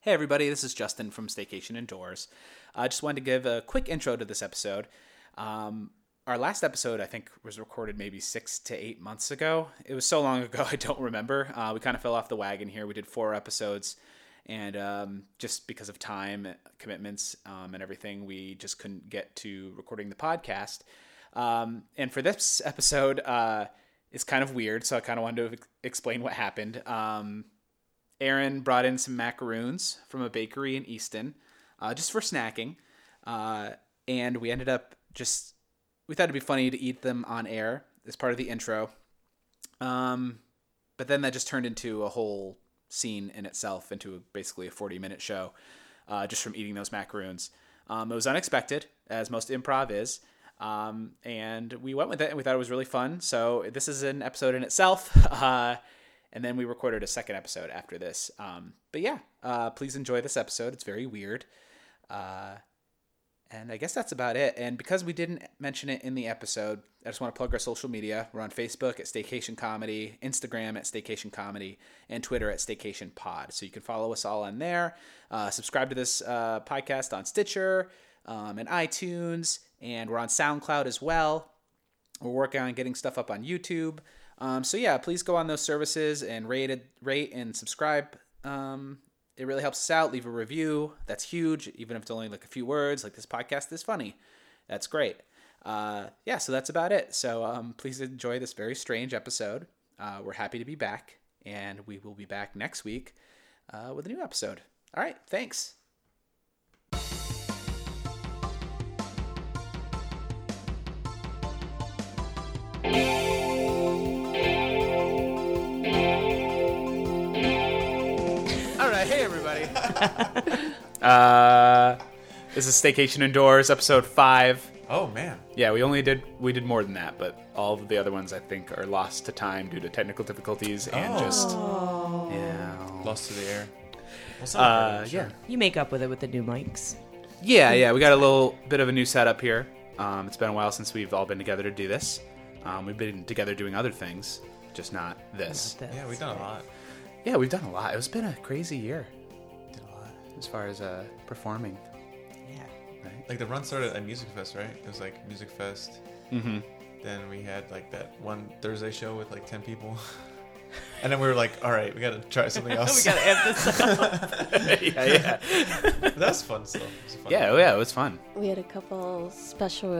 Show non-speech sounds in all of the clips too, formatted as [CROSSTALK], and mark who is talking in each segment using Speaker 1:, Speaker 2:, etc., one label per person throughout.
Speaker 1: Hey, everybody, this is Justin from Staycation Indoors. I just wanted to give a quick intro to this episode. Um, our last episode, I think, was recorded maybe six to eight months ago. It was so long [LAUGHS] ago, I don't remember. Uh, we kind of fell off the wagon here. We did four episodes, and um, just because of time commitments um, and everything, we just couldn't get to recording the podcast. Um, and for this episode, uh, it's kind of weird, so I kind of wanted to ex- explain what happened. Um, Aaron brought in some macaroons from a bakery in Easton, uh, just for snacking. Uh, and we ended up just, we thought it'd be funny to eat them on air as part of the intro. Um, but then that just turned into a whole scene in itself, into basically a 40 minute show uh, just from eating those macaroons. Um, it was unexpected, as most improv is. Um, and we went with it and we thought it was really fun. So this is an episode in itself. [LAUGHS] Uh, and then we recorded a second episode after this. Um, but yeah, uh, please enjoy this episode. It's very weird. Uh, and I guess that's about it. And because we didn't mention it in the episode, I just want to plug our social media. We're on Facebook at Staycation Comedy, Instagram at Staycation Comedy, and Twitter at Staycation Pod. So you can follow us all on there. Uh, subscribe to this uh, podcast on Stitcher um, and iTunes, and we're on SoundCloud as well. We're working on getting stuff up on YouTube. Um, so yeah, please go on those services and rate it, rate and subscribe. Um, it really helps us out. Leave a review. That's huge. Even if it's only like a few words, like this podcast is funny. That's great. Uh, yeah, so that's about it. So um, please enjoy this very strange episode. Uh, we're happy to be back, and we will be back next week uh, with a new episode. All right, thanks. All right, hey everybody. [LAUGHS] uh, this is Staycation Indoors, episode five.
Speaker 2: Oh man.
Speaker 1: Yeah, we only did we did more than that, but all of the other ones I think are lost to time due to technical difficulties and
Speaker 2: Oh.
Speaker 1: just yeah.
Speaker 2: Lost to the air. What's
Speaker 1: Uh, yeah,
Speaker 3: You make up with it with the new mics.
Speaker 1: yeah, yeah. We got a little bit of a new setup here. Um, it's been a while since we've all been together to do this. Um, we've been together doing other things, just not this.
Speaker 3: That's-
Speaker 2: Yeah, we've done a lot.
Speaker 1: Yeah, we've done a lot. It's been a crazy year. as far as uh, performing.
Speaker 3: Yeah.
Speaker 2: Like the run started at Music Fest, right? It was like Music Fest. Mm-hmm. Then we had like that one Thursday show with like ten people. [LAUGHS] And then we were like, all right, we gotta try something
Speaker 3: We
Speaker 2: else.
Speaker 3: gotta amp this up.
Speaker 1: [LAUGHS] yeah, yeah,
Speaker 2: [LAUGHS] That's fun stuff. It was fun.
Speaker 1: yeah, yeah. It was fun.
Speaker 4: We had a couple special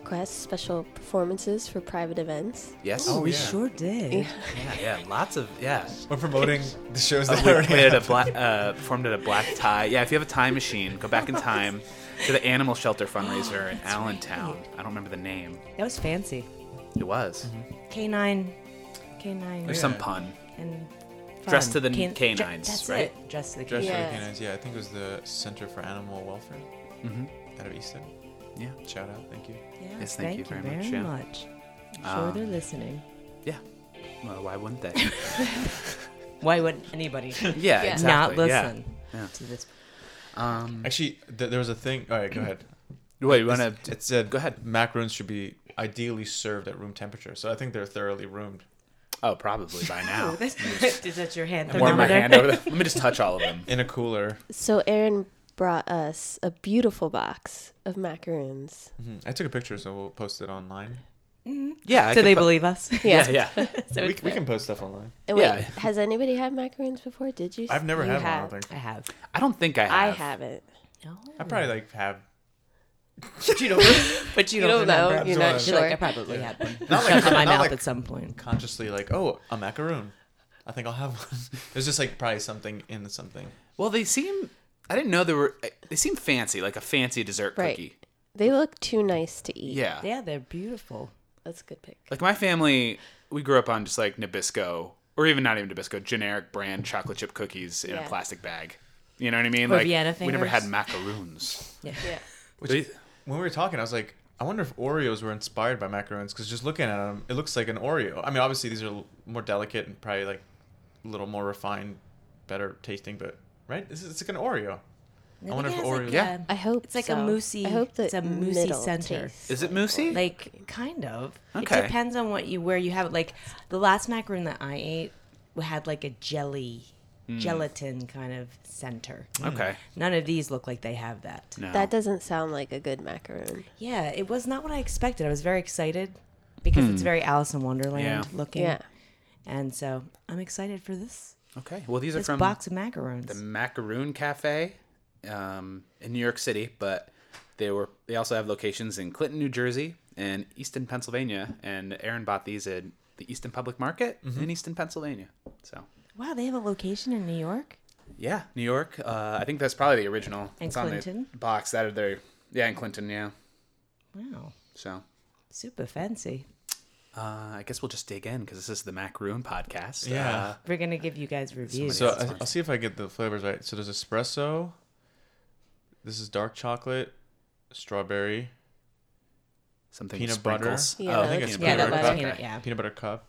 Speaker 4: requests, special performances for private events.
Speaker 1: Yes.
Speaker 2: Oh,
Speaker 3: we
Speaker 2: yeah.
Speaker 3: sure did.
Speaker 1: yeah, yeah. Lots of yeah.
Speaker 2: We're promoting the shows
Speaker 1: [LAUGHS]
Speaker 2: that
Speaker 1: Oh, We
Speaker 2: we already
Speaker 1: played at a
Speaker 2: have.
Speaker 1: black, uh, performed at a black tie. Yeah, if you have a time machine, go [LAUGHS] back in time to the animal shelter [GASPS] fundraiser in Allentown. I don't remember the name.
Speaker 3: That was fancy.
Speaker 1: It was.
Speaker 3: Canine, canine,
Speaker 1: There's some pun.
Speaker 3: and
Speaker 1: Dressed
Speaker 3: fun.
Speaker 1: to the
Speaker 3: Can- dr-
Speaker 1: canines,
Speaker 3: that's
Speaker 1: right?
Speaker 3: It. Dressed to the
Speaker 2: Dress
Speaker 3: canines.
Speaker 2: for the
Speaker 4: Yeah.
Speaker 2: Canines. Yeah, I think it was the Center for Animal Welfare out of Easton.
Speaker 1: Yeah.
Speaker 2: Shout out, thank you.
Speaker 3: Yeah,
Speaker 1: Mm-hmm. Yes, thank you very much, yeah. Um,
Speaker 3: much. I'm sure they're
Speaker 1: [LAUGHS]
Speaker 3: listening.
Speaker 1: Yeah. Well, why wouldn't
Speaker 3: [LAUGHS]
Speaker 1: they?
Speaker 3: Why would anybody
Speaker 1: Yeah,
Speaker 4: Yeah.
Speaker 1: exactly.
Speaker 3: not
Speaker 1: yeah.
Speaker 3: listen
Speaker 1: Yeah.
Speaker 3: to this?
Speaker 1: Um,
Speaker 2: Actually, th- there was a thing. All right, go ahead.
Speaker 1: Wait, you want
Speaker 2: It
Speaker 1: to?
Speaker 2: said,
Speaker 1: Go ahead.
Speaker 2: Macaroons should be ideally served at room temperature, so I think they're thoroughly roomed.
Speaker 1: Oh, probably [LAUGHS] by now.
Speaker 3: [LAUGHS] Is that your hand
Speaker 1: Warm my
Speaker 3: thermometer?
Speaker 1: hand over. The, let me just touch all of them.
Speaker 2: in a cooler.
Speaker 4: So Aaron brought us a beautiful box of macaroons.
Speaker 2: I took a picture, so we'll post it online.
Speaker 1: [LAUGHS] Yeah. I
Speaker 3: Do
Speaker 1: could
Speaker 3: they
Speaker 1: put-
Speaker 3: believe
Speaker 4: [LAUGHS]
Speaker 3: us?
Speaker 1: Yeah, yeah.
Speaker 3: So
Speaker 2: we,
Speaker 3: it's
Speaker 2: we can post stuff online.
Speaker 4: And wait,
Speaker 1: Yeah.
Speaker 4: has anybody had macaroons before? Did you?
Speaker 2: I've never
Speaker 4: you
Speaker 2: had
Speaker 4: have.
Speaker 2: one. I don't
Speaker 3: [LAUGHS] I
Speaker 2: think
Speaker 3: have.
Speaker 1: I don't
Speaker 3: [LAUGHS]
Speaker 1: think I
Speaker 4: I
Speaker 1: have.
Speaker 4: haven't.
Speaker 2: I probably like have
Speaker 3: But [LAUGHS] you don't. But you,
Speaker 4: You
Speaker 3: don't,
Speaker 4: don't know.
Speaker 3: remember.
Speaker 4: You're not
Speaker 3: You're like I
Speaker 4: sure.
Speaker 3: probably had one.
Speaker 2: Not like-
Speaker 3: Shoved in my
Speaker 2: not
Speaker 3: mouth
Speaker 2: like-
Speaker 3: at some point.
Speaker 2: consciously like oh a macaroon. I think I'll have one. [LAUGHS] There's just like probably something in something.
Speaker 1: Well, they seem. I didn't know they were. They seem fancy, like a fancy dessert
Speaker 4: Right.
Speaker 1: cookie.
Speaker 4: They look too nice to eat.
Speaker 1: Yeah.
Speaker 3: Yeah, they're beautiful.
Speaker 4: That's a good pick.
Speaker 1: Like my family, we grew up on just like Nabisco, or even not even Nabisco, generic brand chocolate chip cookies in a
Speaker 4: Yeah.
Speaker 1: plastic bag. You know what I mean?
Speaker 3: Or
Speaker 1: like
Speaker 3: Vienna
Speaker 1: we never had
Speaker 3: fingers.
Speaker 1: macaroons.
Speaker 4: Yeah.
Speaker 2: Which
Speaker 1: They-
Speaker 2: when we were talking, I was like, I wonder if Oreos were inspired by macaroons because just looking at them, it looks like an Oreo. I mean, obviously these are l- more delicate and probably like a little more refined, better tasting, but right, this is it's like an Oreo. I wonder if Oreos.
Speaker 1: Yeah.
Speaker 4: I hope
Speaker 3: It's like a
Speaker 4: so.
Speaker 3: moosey-
Speaker 4: I hope the
Speaker 3: it's a moosey
Speaker 4: middle
Speaker 3: center.
Speaker 4: tastes
Speaker 1: Is it
Speaker 4: like
Speaker 1: moosey?
Speaker 4: one.
Speaker 3: Like kind of.
Speaker 1: Okay.
Speaker 3: It depends on what you where you have it. Like the last macaroon that I ate had like a jelly
Speaker 1: Hmm.
Speaker 3: gelatin kind of center.
Speaker 1: Okay.
Speaker 3: None of these look like they have mm. that.
Speaker 1: No.
Speaker 4: That doesn't sound like a good macaroon.
Speaker 3: Yeah, it was not what I expected. I was very excited because it's very Alice in Wonderland
Speaker 1: Hmm. Yeah.
Speaker 3: looking.
Speaker 4: Yeah.
Speaker 3: And so I'm excited for this
Speaker 1: okay. Well, these are
Speaker 3: this
Speaker 1: from
Speaker 3: box of macarons.
Speaker 1: the Macaroon Cafe um, in New York City, but they were they also have locations in Clinton, New Jersey, and Easton, Pennsylvania. And Aaron bought these at the Easton Public Market
Speaker 2: Mm-hmm.
Speaker 1: in Easton, Pennsylvania. So
Speaker 3: wow, they have a location in New York.
Speaker 1: yeah, New York. Uh, I think that's probably the original.
Speaker 3: And
Speaker 1: it's on
Speaker 3: Clinton?
Speaker 1: the box that are there. Yeah, in Clinton. Yeah.
Speaker 3: Wow,
Speaker 1: So
Speaker 3: super fancy.
Speaker 1: uh, I guess we'll just dig in because this is the Macaroon podcast.
Speaker 2: Yeah.
Speaker 1: Uh,
Speaker 3: We're gonna give you guys reviews.
Speaker 2: So
Speaker 1: Yes,
Speaker 2: I,
Speaker 1: fine.
Speaker 2: I'll see if I get the flavors right. So there's espresso. This is dark chocolate, strawberry,
Speaker 1: something
Speaker 2: Peanut
Speaker 1: with sprinkles. Oh,
Speaker 2: butter.
Speaker 4: Yeah,
Speaker 2: I think
Speaker 4: that's
Speaker 2: it's
Speaker 4: peanut
Speaker 2: peanut butter,
Speaker 4: butter.
Speaker 2: cup.
Speaker 3: Peanut, yeah.
Speaker 2: Peanut butter cup.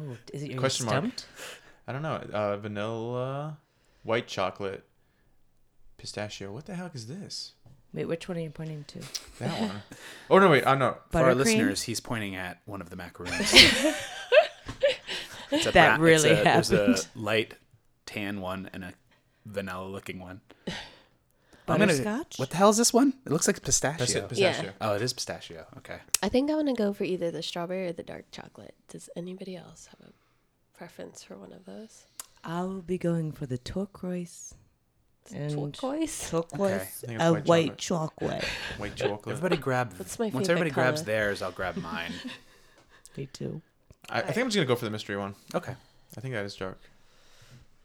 Speaker 3: oh, is it, are you
Speaker 2: Question mark.
Speaker 3: stumped?
Speaker 2: I don't know. Uh, vanilla, white chocolate, pistachio. What the heck is this?
Speaker 3: Wait, which one are you pointing to?
Speaker 1: [LAUGHS]
Speaker 2: That one. oh no! Wait. I know.
Speaker 1: For our
Speaker 3: Buttercream?
Speaker 1: listeners, he's pointing at one of the macaroons. It's a
Speaker 3: That
Speaker 1: bra-
Speaker 3: really
Speaker 1: it's a, There's
Speaker 3: happened.
Speaker 1: a light tan one and a vanilla-looking one. I'm gonna-
Speaker 3: Butterscotch.
Speaker 1: what the hell is this one? It looks like
Speaker 2: Pis-
Speaker 1: pistachio.
Speaker 2: pistachio.
Speaker 1: oh, it is pistachio. Okay.
Speaker 4: I think I want to go for either the strawberry or the dark chocolate. Does anybody else have a preference for one of those?
Speaker 3: I'll be going for the turquoise. And
Speaker 4: Turquoise.
Speaker 2: Okay.
Speaker 3: Turquoise,
Speaker 2: I think it's
Speaker 3: a
Speaker 2: white
Speaker 3: white chocolate.
Speaker 1: [LAUGHS]
Speaker 2: White chocolate.
Speaker 1: Everybody grab.
Speaker 4: That's my
Speaker 1: once
Speaker 4: favorite
Speaker 1: everybody grabs
Speaker 4: color.
Speaker 1: theirs, I'll grab mine.
Speaker 3: Me too.
Speaker 2: I, I think I'm just gonna go for the mystery one.
Speaker 1: [LAUGHS] okay.
Speaker 2: I think that is dark.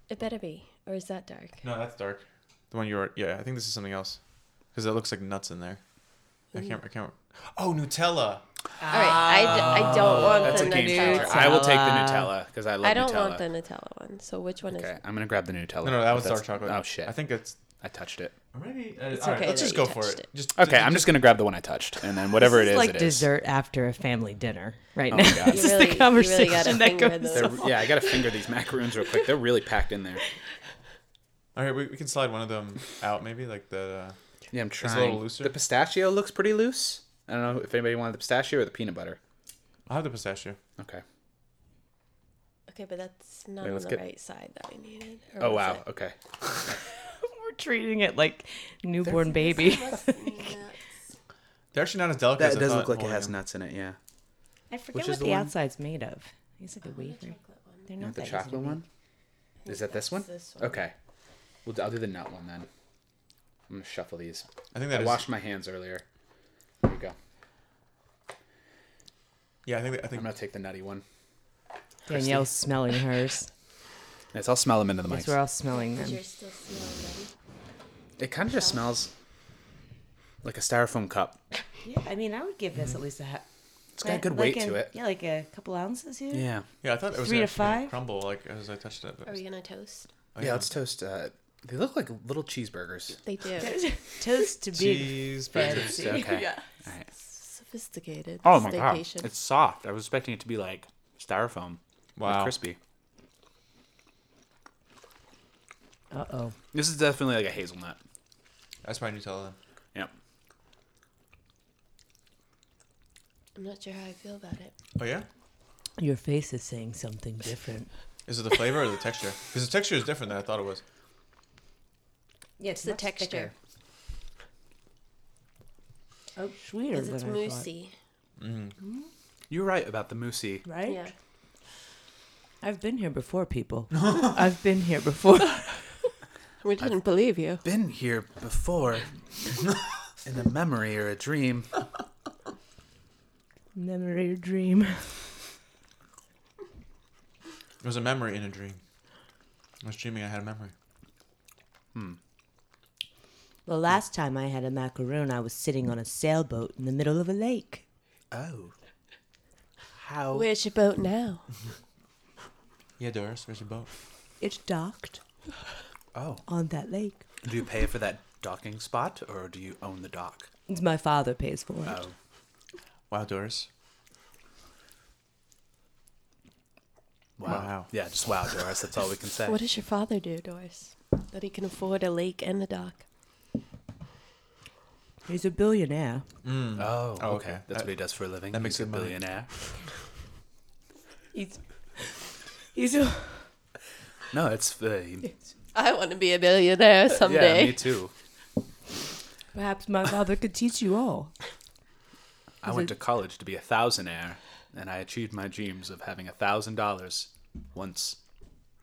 Speaker 4: It better be, or is that dark?
Speaker 2: No, that's dark. The one you were. Yeah, I think this is something else. Because that looks like nuts in there. I can't. I can't. Oh, Nutella.
Speaker 4: All right, I, d- I don't want
Speaker 1: Ah, That's
Speaker 4: the
Speaker 1: a game changer.
Speaker 4: Nutella.
Speaker 1: I will take the Nutella because I love
Speaker 4: I don't
Speaker 1: Nutella.
Speaker 4: want the Nutella one. So which one
Speaker 1: Okay,
Speaker 4: is?
Speaker 1: I'm gonna grab the Nutella.
Speaker 2: No, no, that was
Speaker 1: That's-
Speaker 2: dark chocolate.
Speaker 1: Oh shit!
Speaker 2: I think that's.
Speaker 1: I touched it.
Speaker 2: Maybe. uh,
Speaker 4: It's all right, okay
Speaker 2: Let's
Speaker 4: that
Speaker 2: just
Speaker 4: you
Speaker 2: go for
Speaker 4: touched
Speaker 2: it.
Speaker 4: it.
Speaker 2: Just
Speaker 1: Okay, I'm just gonna grab the one I touched, and then whatever
Speaker 3: This
Speaker 1: it is,
Speaker 3: like
Speaker 1: it is.
Speaker 3: dessert after a family dinner right
Speaker 1: Oh
Speaker 3: now.
Speaker 1: my God.
Speaker 3: [LAUGHS] this is
Speaker 4: You really- you
Speaker 3: the
Speaker 4: really
Speaker 3: conversation
Speaker 4: gotta
Speaker 3: that
Speaker 4: finger
Speaker 3: goes
Speaker 4: those.
Speaker 3: on.
Speaker 1: They're, yeah, I gotta finger these macaroons real quick. They're really packed in there.
Speaker 2: All right, we, we can slide one of [LAUGHS] them out, maybe like the. Uh,
Speaker 1: Yeah, I'm
Speaker 2: a
Speaker 1: trying.
Speaker 2: little looser.
Speaker 1: The pistachio looks pretty loose. I don't know if anybody wanted the pistachio or the peanut butter.
Speaker 2: I'll have the pistachio.
Speaker 1: Okay.
Speaker 4: Okay, but that's not
Speaker 1: Wait,
Speaker 4: on
Speaker 1: let's
Speaker 4: the
Speaker 1: get-
Speaker 4: right side that I needed. or
Speaker 1: Oh
Speaker 4: was
Speaker 1: wow.
Speaker 4: it?
Speaker 1: Okay.
Speaker 3: We're treating it like newborn baby.
Speaker 2: They're actually not as delicate. as I thought. Oh, yeah.
Speaker 1: nuts in it. Yeah.
Speaker 3: [LAUGHS] I forget
Speaker 1: is
Speaker 3: what
Speaker 1: the
Speaker 3: the,
Speaker 1: one?
Speaker 3: outside's made of. It's like a wafer. They're not
Speaker 1: the
Speaker 3: that easy to
Speaker 1: chocolate
Speaker 3: make.
Speaker 1: one. Is that this one?
Speaker 4: this one.
Speaker 1: Okay. Well, I'll do the nut one then. I'm gonna shuffle these.
Speaker 2: I think that
Speaker 1: I
Speaker 2: is.
Speaker 1: washed my hands earlier. There we go.
Speaker 2: Yeah, I think. I think.
Speaker 1: I'm gonna take the nutty one.
Speaker 3: Danielle's
Speaker 1: [LAUGHS]
Speaker 3: smelling hers.
Speaker 1: Yes, I'll smell them into the
Speaker 3: Yes,
Speaker 1: mic.
Speaker 3: we're all smelling them.
Speaker 4: You're still smelling them.
Speaker 1: It kind of just smells like a styrofoam cup.
Speaker 3: Yeah, I mean, I would give this at least a. Ha-
Speaker 1: It's got a good weight to it.
Speaker 3: Yeah, like a couple ounces here.
Speaker 1: Yeah.
Speaker 2: Yeah, I thought it was
Speaker 3: Three
Speaker 2: gonna
Speaker 3: to five?
Speaker 2: crumble like as I touched it. But
Speaker 4: Are we gonna toast?
Speaker 2: oh,
Speaker 1: Yeah. Let's toast. Uh, they look like little cheeseburgers.
Speaker 4: They do.
Speaker 3: Toast to be
Speaker 2: cheese.
Speaker 3: fancy.
Speaker 2: burgers.
Speaker 1: Okay.
Speaker 3: Yeah.
Speaker 1: All right.
Speaker 4: [LAUGHS] Sophisticated.
Speaker 1: Oh my god,
Speaker 4: staycation.
Speaker 1: it's soft. I was expecting it to be like styrofoam, like
Speaker 2: Wow.
Speaker 1: crispy.
Speaker 3: Uh oh.
Speaker 1: This is definitely like a hazelnut.
Speaker 2: That's my Nutella. Then.
Speaker 1: Yep.
Speaker 4: I'm not sure how I feel about it.
Speaker 2: Oh yeah.
Speaker 3: Your face is saying something different.
Speaker 2: Is it the flavor or the texture? Because the texture is different than I thought it was.
Speaker 3: Yeah,
Speaker 4: It's the texture.
Speaker 3: Oh, sweeter
Speaker 4: Because it's
Speaker 3: than I thought.
Speaker 4: moosey.
Speaker 1: You're right about the moosey.
Speaker 3: Right?
Speaker 4: Yeah.
Speaker 3: I've been here before, people. I've been here before.
Speaker 4: We didn't believe you.
Speaker 1: Been here before [LAUGHS] in a memory or a dream.
Speaker 3: Memory or dream.
Speaker 2: It was a memory in a dream. I was dreaming I had a memory.
Speaker 3: The last time I had a macaroon, I was sitting on a sailboat in the middle of a lake.
Speaker 1: Oh. How?
Speaker 4: Where's your boat now?
Speaker 2: Yeah, Doris, where's your boat?
Speaker 3: It's docked
Speaker 1: Oh.
Speaker 3: on that lake.
Speaker 1: Do you pay for that docking spot or do you own the dock?
Speaker 3: It's my father pays for it.
Speaker 1: Oh.
Speaker 2: Wow, Doris.
Speaker 1: Wow.
Speaker 2: Wow.
Speaker 1: Yeah, just wow, Doris. That's all we can say.
Speaker 4: What does your father do, Doris? That he can afford a lake and a dock.
Speaker 3: He's a billionaire.
Speaker 1: oh,
Speaker 2: Oh,
Speaker 1: okay.
Speaker 2: okay.
Speaker 1: That's
Speaker 2: That-
Speaker 1: what he does for a living.
Speaker 2: that makes
Speaker 1: He's a
Speaker 2: good money.
Speaker 1: billionaire.
Speaker 3: He's You do.
Speaker 1: No, it's uh,
Speaker 4: I want to be a millionaire someday.
Speaker 1: yeah, me too.
Speaker 3: Perhaps my father could teach you all.
Speaker 1: I went to college to be a thousandaire, and I achieved my dreams of having a thousand dollars once.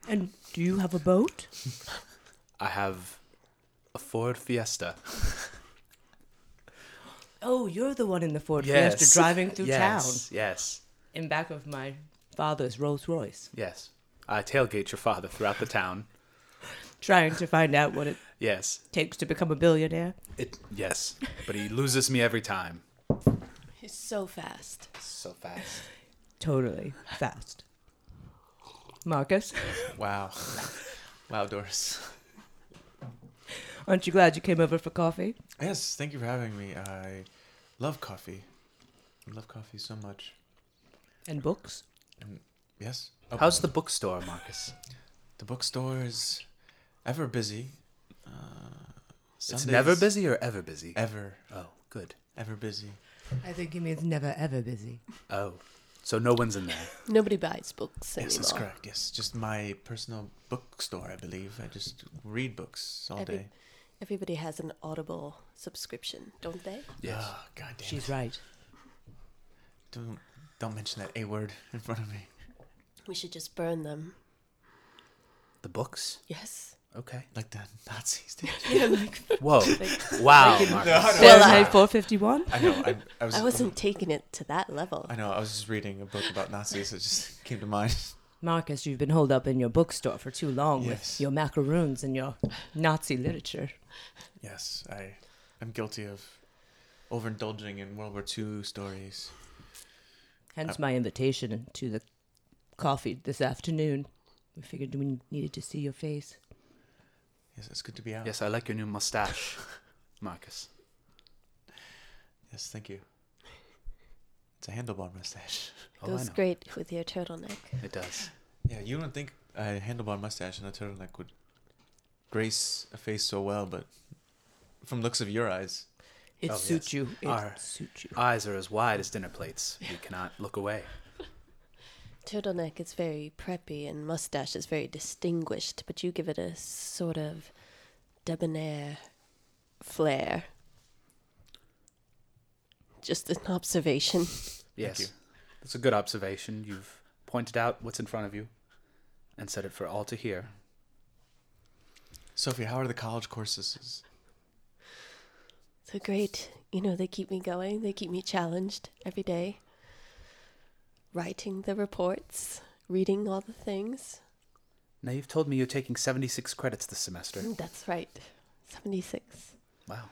Speaker 3: And do you have a boat?
Speaker 1: I have a Ford Fiesta.
Speaker 3: Oh, you're the one in the Ford Fiesta driving through
Speaker 1: yes. Yes.
Speaker 3: town in back of my father's Rolls Royce,
Speaker 1: Yes. I tailgate your father throughout the town.
Speaker 3: trying to find out what it
Speaker 1: Yes.
Speaker 3: takes to become a billionaire.
Speaker 1: It yes. But
Speaker 3: [LAUGHS]
Speaker 1: he loses me every time.
Speaker 4: He's so fast.
Speaker 1: So fast.
Speaker 3: Totally fast. Marcus, [LAUGHS]
Speaker 2: [LAUGHS] Wow. wow, Doris.
Speaker 3: aren't you glad you came over for coffee?
Speaker 2: Yes, thank you for having me. I love coffee. I love coffee so much.
Speaker 3: And books?
Speaker 2: Yes. Oh,
Speaker 1: How's the bookstore, Marcus?
Speaker 2: the bookstore is ever busy. Uh,
Speaker 1: It's
Speaker 2: Sundays-
Speaker 1: never busy or ever busy?
Speaker 2: Ever,
Speaker 1: Oh, good.
Speaker 2: ever busy.
Speaker 3: I think he means never ever busy.
Speaker 1: Oh. So no one's in [SIGHS] there.
Speaker 4: Nobody buys books anymore.
Speaker 2: Yes, that's correct. Yes, just my personal bookstore, I believe. I just read books all
Speaker 4: Every-
Speaker 2: day.
Speaker 4: Everybody has an Audible subscription, don't they?
Speaker 1: Yes.
Speaker 2: Oh, God damn
Speaker 3: She's
Speaker 2: it.
Speaker 3: [LAUGHS] right.
Speaker 2: Don't, don't mention that A word in front of me.
Speaker 4: We should just burn them.
Speaker 1: The books?
Speaker 4: Yes.
Speaker 1: [LAUGHS] Okay.
Speaker 2: Like the Nazis did.
Speaker 4: Yeah, like,
Speaker 1: Whoa. wow.
Speaker 3: [LAUGHS]
Speaker 1: Marcus.
Speaker 3: Fahrenheit 451?
Speaker 2: [LAUGHS] I know. I, I, was,
Speaker 4: I wasn't taking it to that level.
Speaker 2: I know. I was just reading a book about Nazis. It just [LAUGHS] came to mind.
Speaker 3: Marcus, you've been holed up in your bookstore for too long
Speaker 2: Yes.
Speaker 3: with your macaroons and your Nazi literature.
Speaker 2: Yes, I am guilty of overindulging in World War II stories.
Speaker 3: Hence my invitation to the coffee this afternoon. We figured we needed to see your face.
Speaker 2: Yes, it's good to be out.
Speaker 1: Yes, I like your new [LAUGHS] mustache, Marcus.
Speaker 2: Yes, thank you. It's a handlebar mustache. [LAUGHS]
Speaker 1: Oh, I
Speaker 4: Goes
Speaker 1: know.
Speaker 4: great with your turtleneck.
Speaker 1: It does.
Speaker 2: Yeah, you don't think a handlebar mustache and a turtleneck would grace a face so well, but from looks of your eyes,
Speaker 3: It
Speaker 1: Oh, yes.
Speaker 3: suits you. It
Speaker 1: Our-
Speaker 3: suits you.
Speaker 1: Eyes are as wide as dinner plates. We cannot look away.
Speaker 4: Turtleneck is very preppy and mustache is very distinguished, but you give it a sort of debonair flair. Just an observation. [LAUGHS]
Speaker 1: Yes.
Speaker 2: you.
Speaker 1: That's a good observation. You've pointed out what's in front of you and said it for all to hear.
Speaker 2: Sophie, how are the college courses?
Speaker 4: So great. You know, they keep me going, they keep me challenged every day. Writing the reports, reading all the things.
Speaker 1: Now, you've told me you're taking 76 credits this semester.
Speaker 4: That's right. 76.
Speaker 1: Wow.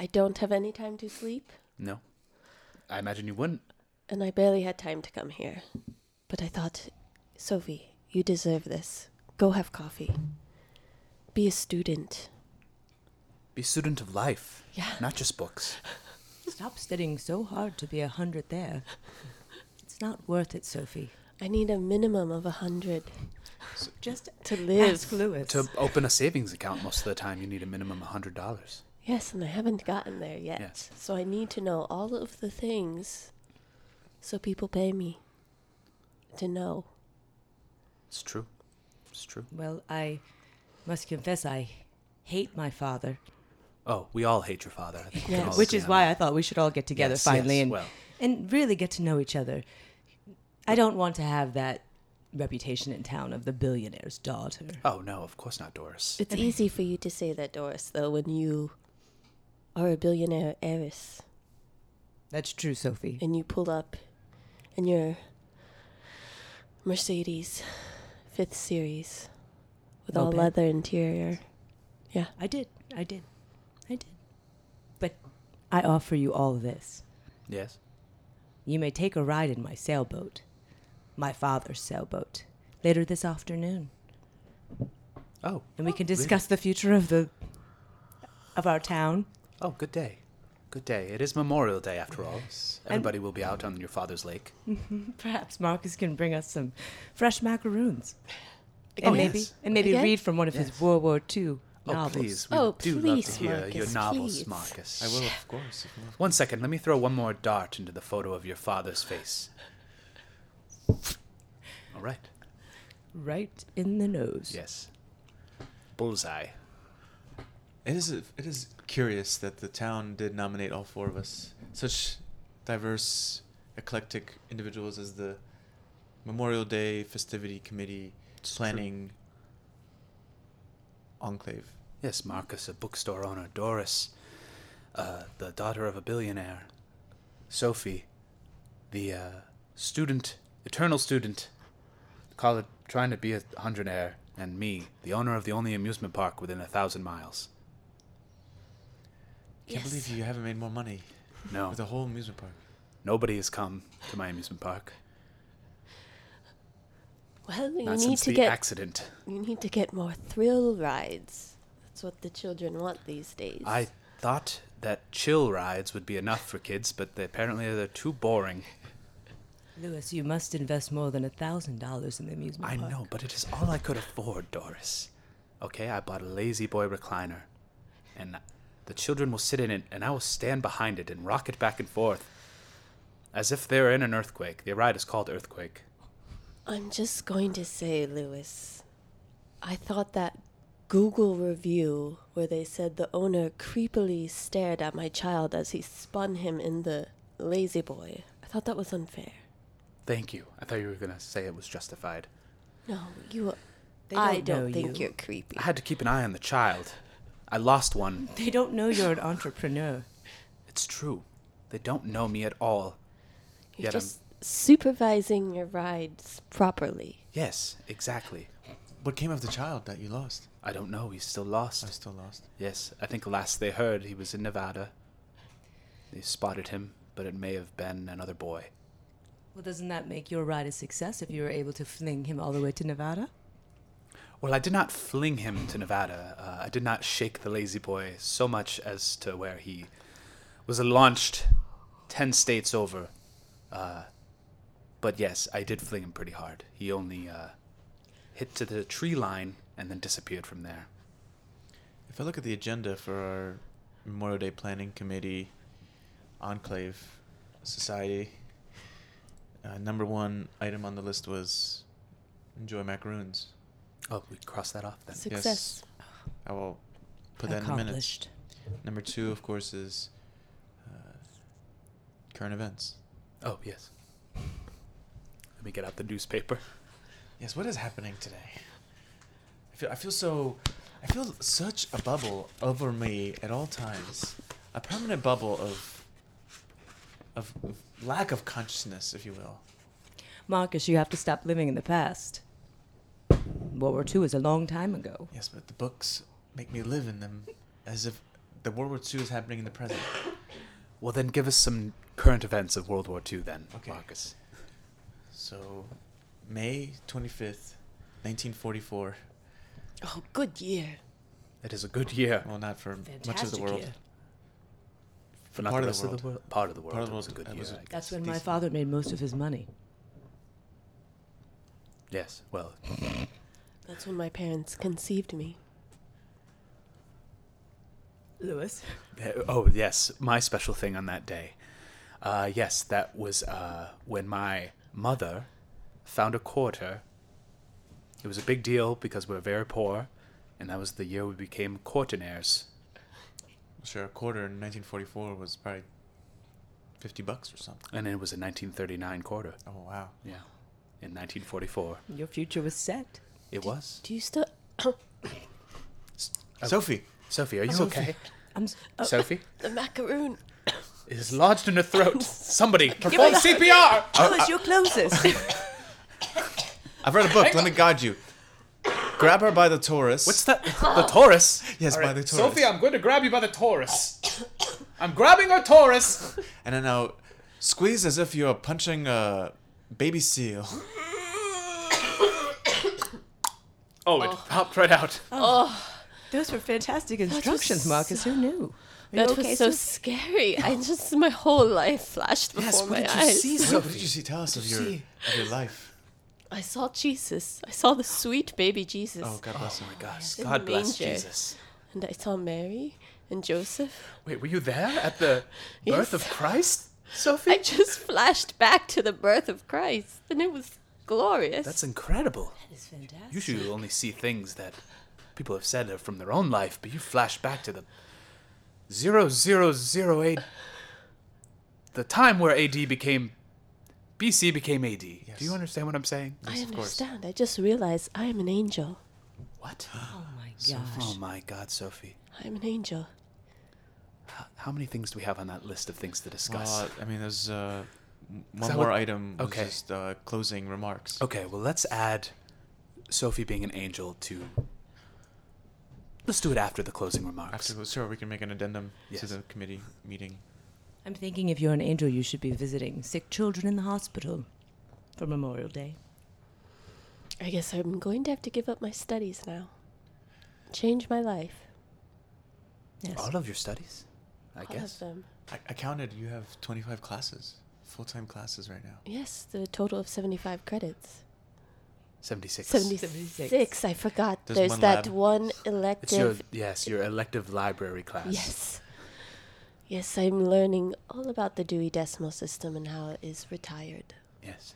Speaker 4: I don't have any time to sleep,
Speaker 1: No. I imagine you wouldn't.
Speaker 4: and I barely had time to come here. But I thought, Sophie, you deserve this. Go have coffee. Be a student.
Speaker 1: Be a student of life.
Speaker 4: Yeah.
Speaker 1: Not just books.
Speaker 3: Stop studying so hard to be a hundred there. It's not worth it, Sophie.
Speaker 4: I need a minimum of a hundred
Speaker 3: Just
Speaker 4: to live.
Speaker 3: ask Lewis.
Speaker 1: To open a savings account, most of the time, you need a minimum of $100.
Speaker 4: Yes, and I haven't gotten there yet.
Speaker 1: Yes.
Speaker 4: So I need to know all of the things so people pay me to know.
Speaker 1: It's true. It's true.
Speaker 3: Well, I must confess I hate my father,
Speaker 1: Oh, we all hate your father. I think we can
Speaker 4: Yes.
Speaker 1: all
Speaker 3: which
Speaker 1: agree
Speaker 3: is
Speaker 1: on
Speaker 3: why
Speaker 1: that.
Speaker 3: I thought we should all get together
Speaker 1: Oh, Yes,
Speaker 3: finally
Speaker 1: yes,
Speaker 3: and
Speaker 1: well.
Speaker 3: and really get to know each other. I don't want to have that reputation in town of the billionaire's daughter.
Speaker 1: Oh, no, of course not, Doris.
Speaker 4: It's easy for you to say that, Doris, though, when you are a billionaire heiress
Speaker 3: That's true, Sophie.
Speaker 4: and you pull up in your Mercedes 5th Series with all
Speaker 3: Moped.
Speaker 4: leather interior.
Speaker 3: I did. I did. I did. But I offer you all this.
Speaker 1: Yes.
Speaker 3: You may take a ride in my sailboat, my father's sailboat, later this afternoon,
Speaker 1: Oh,
Speaker 3: and we can discuss the future of the of our town.
Speaker 1: oh, good day. Good day. It is Memorial Day, after all. Everybody will be out on your father's lake.
Speaker 3: Perhaps Marcus can bring us some fresh macaroons, and
Speaker 1: Oh,
Speaker 3: maybe
Speaker 1: yes.
Speaker 3: and maybe
Speaker 4: Again?
Speaker 3: read from one of his World War II
Speaker 1: Oh,
Speaker 3: novels.
Speaker 1: please. We
Speaker 4: Oh,
Speaker 1: do
Speaker 4: please,
Speaker 1: love to hear your
Speaker 4: Marcus,
Speaker 1: novels,
Speaker 4: please.
Speaker 1: Marcus.
Speaker 2: I will,
Speaker 4: [LAUGHS]
Speaker 2: of course. If you want.
Speaker 1: One second. Let me throw one more
Speaker 4: [LAUGHS]
Speaker 1: dart into the photo of your father's face. All right.
Speaker 3: right in the nose.
Speaker 1: Yes. Bullseye.
Speaker 2: It is it is curious that the town did nominate all four of us. Such diverse, eclectic individuals as the Memorial Day festivity committee planning enclave.
Speaker 1: Yes, Marcus, a bookstore owner. Doris, uh, the daughter of a billionaire. Sophie, the uh, student, eternal student, call it trying to be a hundredaire. And me, the owner of the only amusement park within a thousand miles.
Speaker 2: Can't
Speaker 4: Yes.
Speaker 2: believe you haven't made more money
Speaker 1: No,
Speaker 2: with the whole amusement park.
Speaker 1: nobody has come to my amusement park.
Speaker 4: Well, you
Speaker 1: Not
Speaker 4: need
Speaker 1: since
Speaker 4: to
Speaker 1: the
Speaker 4: get
Speaker 1: accident.
Speaker 4: you need to get more thrill rides. That's what the children want these days.
Speaker 1: I thought that chill rides would be enough for kids, but they, apparently they're too boring.
Speaker 3: Lewis, you must invest more than a thousand dollars in the amusement
Speaker 1: I
Speaker 3: park.
Speaker 1: know, but it is all I could afford, Doris. Okay, I bought a lazy boy recliner, and the children will sit in it, and I will stand behind it and rock it back and forth, as if they're in an earthquake. The ride is called Earthquake.
Speaker 4: I'm just going to say, Lewis, I thought that Google review where they said the owner creepily stared at my child as he spun him in the lazy boy. I thought that was unfair.
Speaker 1: Thank you. I thought you were gonna say it was justified.
Speaker 4: No, you. Are,
Speaker 3: They
Speaker 4: I
Speaker 3: don't know
Speaker 4: don't think
Speaker 3: you.
Speaker 4: are creepy.
Speaker 1: I had to keep an eye on the child. I lost one.
Speaker 3: They don't know you're an entrepreneur.
Speaker 1: It's true. They don't know me at all.
Speaker 4: You're
Speaker 1: Yet I'm-
Speaker 4: just supervising your rides properly.
Speaker 1: Yes, exactly.
Speaker 2: What came of the child that you lost?
Speaker 1: I don't know. He's still
Speaker 2: I
Speaker 1: lost.
Speaker 2: still lost.
Speaker 1: Yes, I think last they heard he was in Nevada. They spotted him, but it may have been another boy.
Speaker 3: Well, doesn't that make your ride a success if you were able to fling him all the way to Nevada?
Speaker 1: Well, I did not fling him to Nevada. Uh, I did not shake the lazy boy so much as to where he was launched 10 states over. Uh, but yes, I did fling him pretty hard. He only uh, hit to the tree line and then disappeared from there.
Speaker 2: If I look at the agenda for our Memorial Day Planning Committee Enclave Society, uh, number one item on the list was enjoy macaroons.
Speaker 1: Oh, we crossed that off then.
Speaker 4: Success.
Speaker 2: I will put that in the minutes.
Speaker 3: Accomplished.
Speaker 2: Number two, of course, is uh, current events.
Speaker 1: Oh, yes. Let me get out the newspaper.
Speaker 2: Yes, what is happening today? I feel, I feel so. I feel such a bubble over me at all times. A permanent bubble of. of lack of consciousness, if you will.
Speaker 3: Marcus, you have to stop living in the past. World War II is a long time ago.
Speaker 2: Yes, but the books make me live in them as if the World War II is happening in the present.
Speaker 1: Well, then give us some current events of World War II, then,
Speaker 2: Okay.
Speaker 1: Marcus.
Speaker 2: So, May 25th, 1944.
Speaker 4: Oh, good year.
Speaker 1: It is a good year
Speaker 2: Well, not for
Speaker 3: Fantastic
Speaker 2: much of the world.
Speaker 3: year.
Speaker 1: for not
Speaker 2: Part
Speaker 1: the
Speaker 2: of the
Speaker 1: rest of the,
Speaker 2: world.
Speaker 1: world. Part of the world.
Speaker 2: Part of the
Speaker 1: it was a
Speaker 2: world,
Speaker 1: good
Speaker 2: that
Speaker 1: year.
Speaker 2: was a-
Speaker 1: I guess.
Speaker 3: That's when my
Speaker 2: Decent.
Speaker 3: father made most of his money.
Speaker 1: Yes. Well,
Speaker 4: That's when my parents conceived me.
Speaker 3: Lewis?
Speaker 1: Uh, Oh yes, my special thing on that day. Uh, yes, that was uh, when my mother found a quarter. It was a big deal because we were very poor, and that was the year we became quarternaires.
Speaker 2: Sure, a quarter in 1944 was probably 50 bucks or something.
Speaker 1: And it was a 1939 quarter.
Speaker 2: Oh, wow.
Speaker 1: Yeah, in 1944,
Speaker 3: Your future was set.
Speaker 1: it was.
Speaker 4: Do you still?
Speaker 1: Oh.
Speaker 2: Sophie!
Speaker 1: Sophie, are you
Speaker 2: Sophie.
Speaker 1: okay?
Speaker 3: I'm s-
Speaker 4: Uh,
Speaker 1: Sophie
Speaker 4: The macaroon.
Speaker 1: it is lodged in her [LAUGHS] throat. Somebody perform CPR.
Speaker 4: uh,
Speaker 3: Lewis, you're closest.
Speaker 2: I've read a book. Let me guide you. Grab her by the Taurus.
Speaker 1: What's that? The Taurus.
Speaker 2: Yes, by the Taurus.
Speaker 1: Sophie, I'm going to grab you by the Taurus. I'm grabbing her Taurus.
Speaker 2: And then now squeeze as if you're punching a baby seal. [LAUGHS]
Speaker 1: Oh, it popped right out.
Speaker 3: [LAUGHS] Those were fantastic instructions,
Speaker 4: so-
Speaker 3: Marcus. Who knew? Are you
Speaker 4: That
Speaker 3: okay,
Speaker 4: was so
Speaker 3: Sophie?
Speaker 4: scary. I just my whole life flashed before
Speaker 2: Yes, what
Speaker 4: my
Speaker 2: did you
Speaker 4: eyes.
Speaker 2: see? What, what did you see? Tell us of your,
Speaker 1: you see?
Speaker 2: of your life.
Speaker 4: I saw Jesus. I saw the sweet baby Jesus.
Speaker 2: Oh, God bless him.
Speaker 1: Gosh,
Speaker 4: In
Speaker 1: God
Speaker 4: the
Speaker 1: bless
Speaker 4: manger.
Speaker 1: Jesus.
Speaker 4: And I saw Mary and Joseph.
Speaker 1: Wait, were you there at the birth of Christ, Sophie?
Speaker 4: [LAUGHS] I just flashed back to the birth of Christ, and it was glorious.
Speaker 1: That's incredible.
Speaker 3: It's fantastic.
Speaker 1: Usually you only see things that people have said are from their own life, but you flash back to the 0008 the time where AD became BC became AD. Do you understand what I'm saying?
Speaker 4: I
Speaker 2: Yes, of course.
Speaker 4: understand. I just realized I am an angel.
Speaker 1: What?
Speaker 3: Oh my gosh.
Speaker 1: Oh my god, Sophie.
Speaker 4: I'm an angel.
Speaker 1: How, how many things do we have on that list of things to discuss?
Speaker 2: Well, I mean, there's uh, m- one
Speaker 1: that
Speaker 2: more
Speaker 1: what-
Speaker 2: item. was
Speaker 1: Okay.
Speaker 2: Just uh, closing remarks.
Speaker 1: Okay, well, let's add Sophie being an angel to. Let's do it after the closing remarks.
Speaker 2: After, sure, we can make an addendum
Speaker 1: Yes.
Speaker 2: to the committee meeting.
Speaker 3: I'm thinking if you're an angel, you should be visiting sick children in the hospital for Memorial Day.
Speaker 4: I guess I'm going to have to give up my studies now. Change my life.
Speaker 3: Yes.
Speaker 1: All of your studies, I
Speaker 4: All
Speaker 1: guess.
Speaker 4: of them.
Speaker 2: I, I counted. You have 25 classes, full-time classes right now.
Speaker 4: Yes, the total of 75 credits.
Speaker 1: 76.
Speaker 4: 76. I forgot.
Speaker 2: There's
Speaker 4: There's,
Speaker 2: one
Speaker 4: that
Speaker 2: lab.
Speaker 4: one
Speaker 1: It's your,
Speaker 4: elective.
Speaker 1: yes, your elective library class.
Speaker 4: Yes. Yes, I'm learning all about the Dewey Decimal System and how it is retired.
Speaker 1: Yes.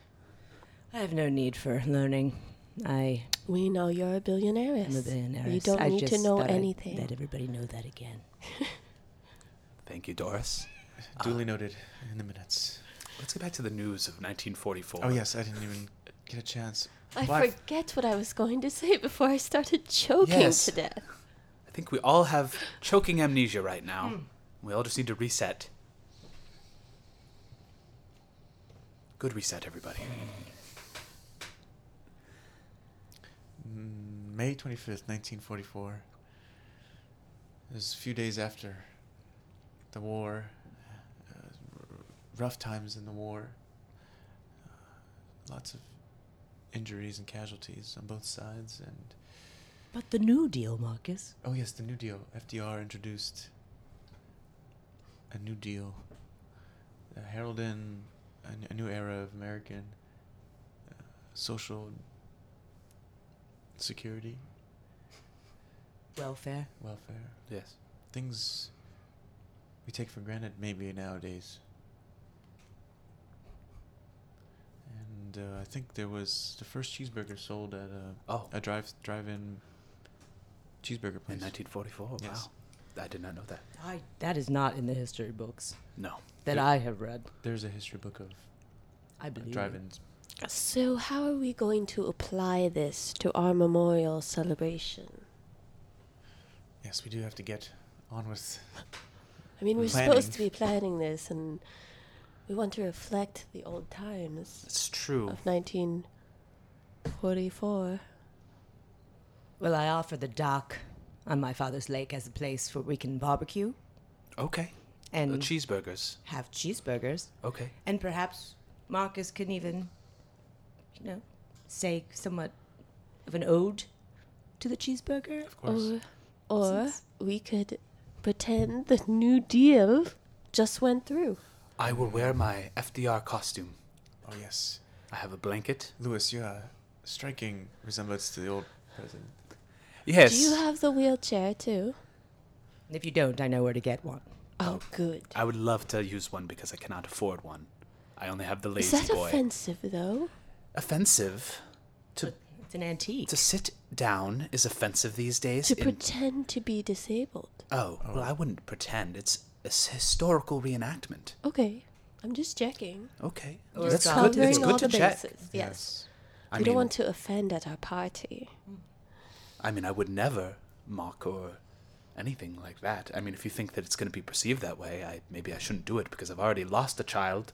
Speaker 3: I have no need for learning. I
Speaker 4: We know you're a billionaire.
Speaker 3: am a billionaire.
Speaker 4: You don't
Speaker 3: I
Speaker 4: need
Speaker 3: just
Speaker 4: to know
Speaker 3: thought I'd
Speaker 4: anything.
Speaker 3: Let everybody know that again.
Speaker 1: Thank you, Doris. Ah.
Speaker 2: Duly noted in the minutes.
Speaker 1: Let's get back to the news of 1944.
Speaker 2: Oh yes, I didn't even get a chance.
Speaker 4: I
Speaker 2: Why-
Speaker 4: forget what I was going to say [LAUGHS] before I started choking
Speaker 1: Yes.
Speaker 4: to death.
Speaker 1: I think we all have choking amnesia right now.
Speaker 4: Hmm.
Speaker 1: We all just need to reset. Good reset, everybody.
Speaker 2: May 25th, 1944. It was a few days after the war. Uh, r- rough times in the war. Uh, lots of injuries and casualties on both sides. And
Speaker 3: But the New Deal, Marcus.
Speaker 2: oh, yes, the New Deal. FDR introduced a New Deal, uh, heralding a, n- a new era of American uh, social security,
Speaker 3: Welfare.
Speaker 2: welfare.
Speaker 1: Yes.
Speaker 2: things we take for granted maybe nowadays. And uh, I think there was the first cheeseburger sold at a
Speaker 1: Oh,
Speaker 2: a drive drive-in cheeseburger
Speaker 1: in
Speaker 2: place.
Speaker 1: 1944.
Speaker 2: Yes.
Speaker 1: Wow. I did not know that.
Speaker 3: I, that is not in the history books
Speaker 1: No.
Speaker 3: that
Speaker 2: Yeah.
Speaker 3: I have read.
Speaker 2: There's a history book of uh,
Speaker 3: I believe. you.
Speaker 2: drive-ins.
Speaker 4: So, how are we going to apply this to our memorial celebration?
Speaker 2: Yes, we do have to get on with.
Speaker 4: I mean, we're
Speaker 2: Planning.
Speaker 4: supposed to be planning this, and we want to reflect the old times
Speaker 1: It's true.
Speaker 4: of 1944.
Speaker 3: Well, I offer the dock on my father's lake as a place where we can barbecue
Speaker 1: Okay.
Speaker 3: and
Speaker 1: Uh, cheeseburgers.
Speaker 3: have cheeseburgers.
Speaker 1: Okay.
Speaker 3: And perhaps Marcus can even, you know, say somewhat of an ode to the cheeseburger.
Speaker 2: Of course,
Speaker 4: Or, or we could pretend the New Deal just went through.
Speaker 1: I will wear my FDR costume.
Speaker 2: oh yes,
Speaker 1: I have a blanket.
Speaker 2: Louis, you have a striking resemblance to the old president.
Speaker 1: Yes.
Speaker 4: Do you have the wheelchair too?
Speaker 3: And If you don't, I know where to get one.
Speaker 4: Oh, good.
Speaker 1: I would love to use one because I cannot afford one. I only have the
Speaker 4: Is
Speaker 1: lazy
Speaker 4: that
Speaker 1: boy.
Speaker 4: offensive, though?
Speaker 1: offensive. To
Speaker 3: It's an antique.
Speaker 1: to sit down is offensive these days.
Speaker 4: To
Speaker 1: in-
Speaker 4: pretend to be disabled.
Speaker 1: oh, well, I wouldn't pretend. It's a s- historical reenactment.
Speaker 4: Okay. I'm just checking.
Speaker 1: Okay,
Speaker 3: Or
Speaker 1: that's
Speaker 3: it's
Speaker 1: good.
Speaker 4: Covering
Speaker 1: It's
Speaker 4: all
Speaker 1: good to
Speaker 4: the
Speaker 1: check.
Speaker 4: bases. Yes.
Speaker 1: I
Speaker 4: we
Speaker 1: mean,
Speaker 4: don't want to offend at our party.
Speaker 1: I mean, I would never mock or anything like that. I mean, if you think that it's going to be perceived that way, I maybe I shouldn't do it because I've already lost a child.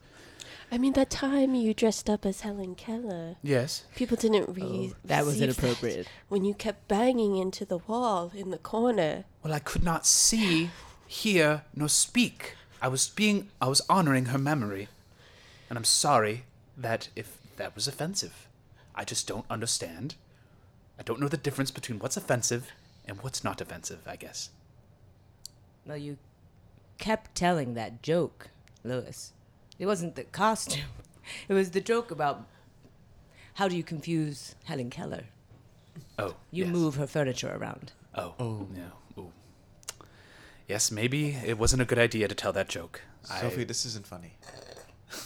Speaker 4: I mean, that time you dressed up as Helen Keller,
Speaker 1: Yes.
Speaker 4: people didn't re-
Speaker 3: Oh, that was
Speaker 4: receive
Speaker 3: inappropriate.
Speaker 4: when you kept banging into the wall in the corner.
Speaker 1: Well, I could not see, hear, nor speak. I was being, I was honoring her memory, and I'm sorry that if that was offensive. I just don't understand. I don't know the difference between what's offensive and what's not offensive. I guess.
Speaker 3: Well, you kept telling that joke, Lewis. It wasn't the costume. [LAUGHS] It was the joke about how do you confuse Helen Keller?
Speaker 1: Oh,
Speaker 3: You
Speaker 1: yes.
Speaker 3: move her furniture around.
Speaker 1: Oh, yeah. Ooh. Yes, maybe it wasn't a good idea to tell that joke. I-
Speaker 2: Sophie, this isn't funny.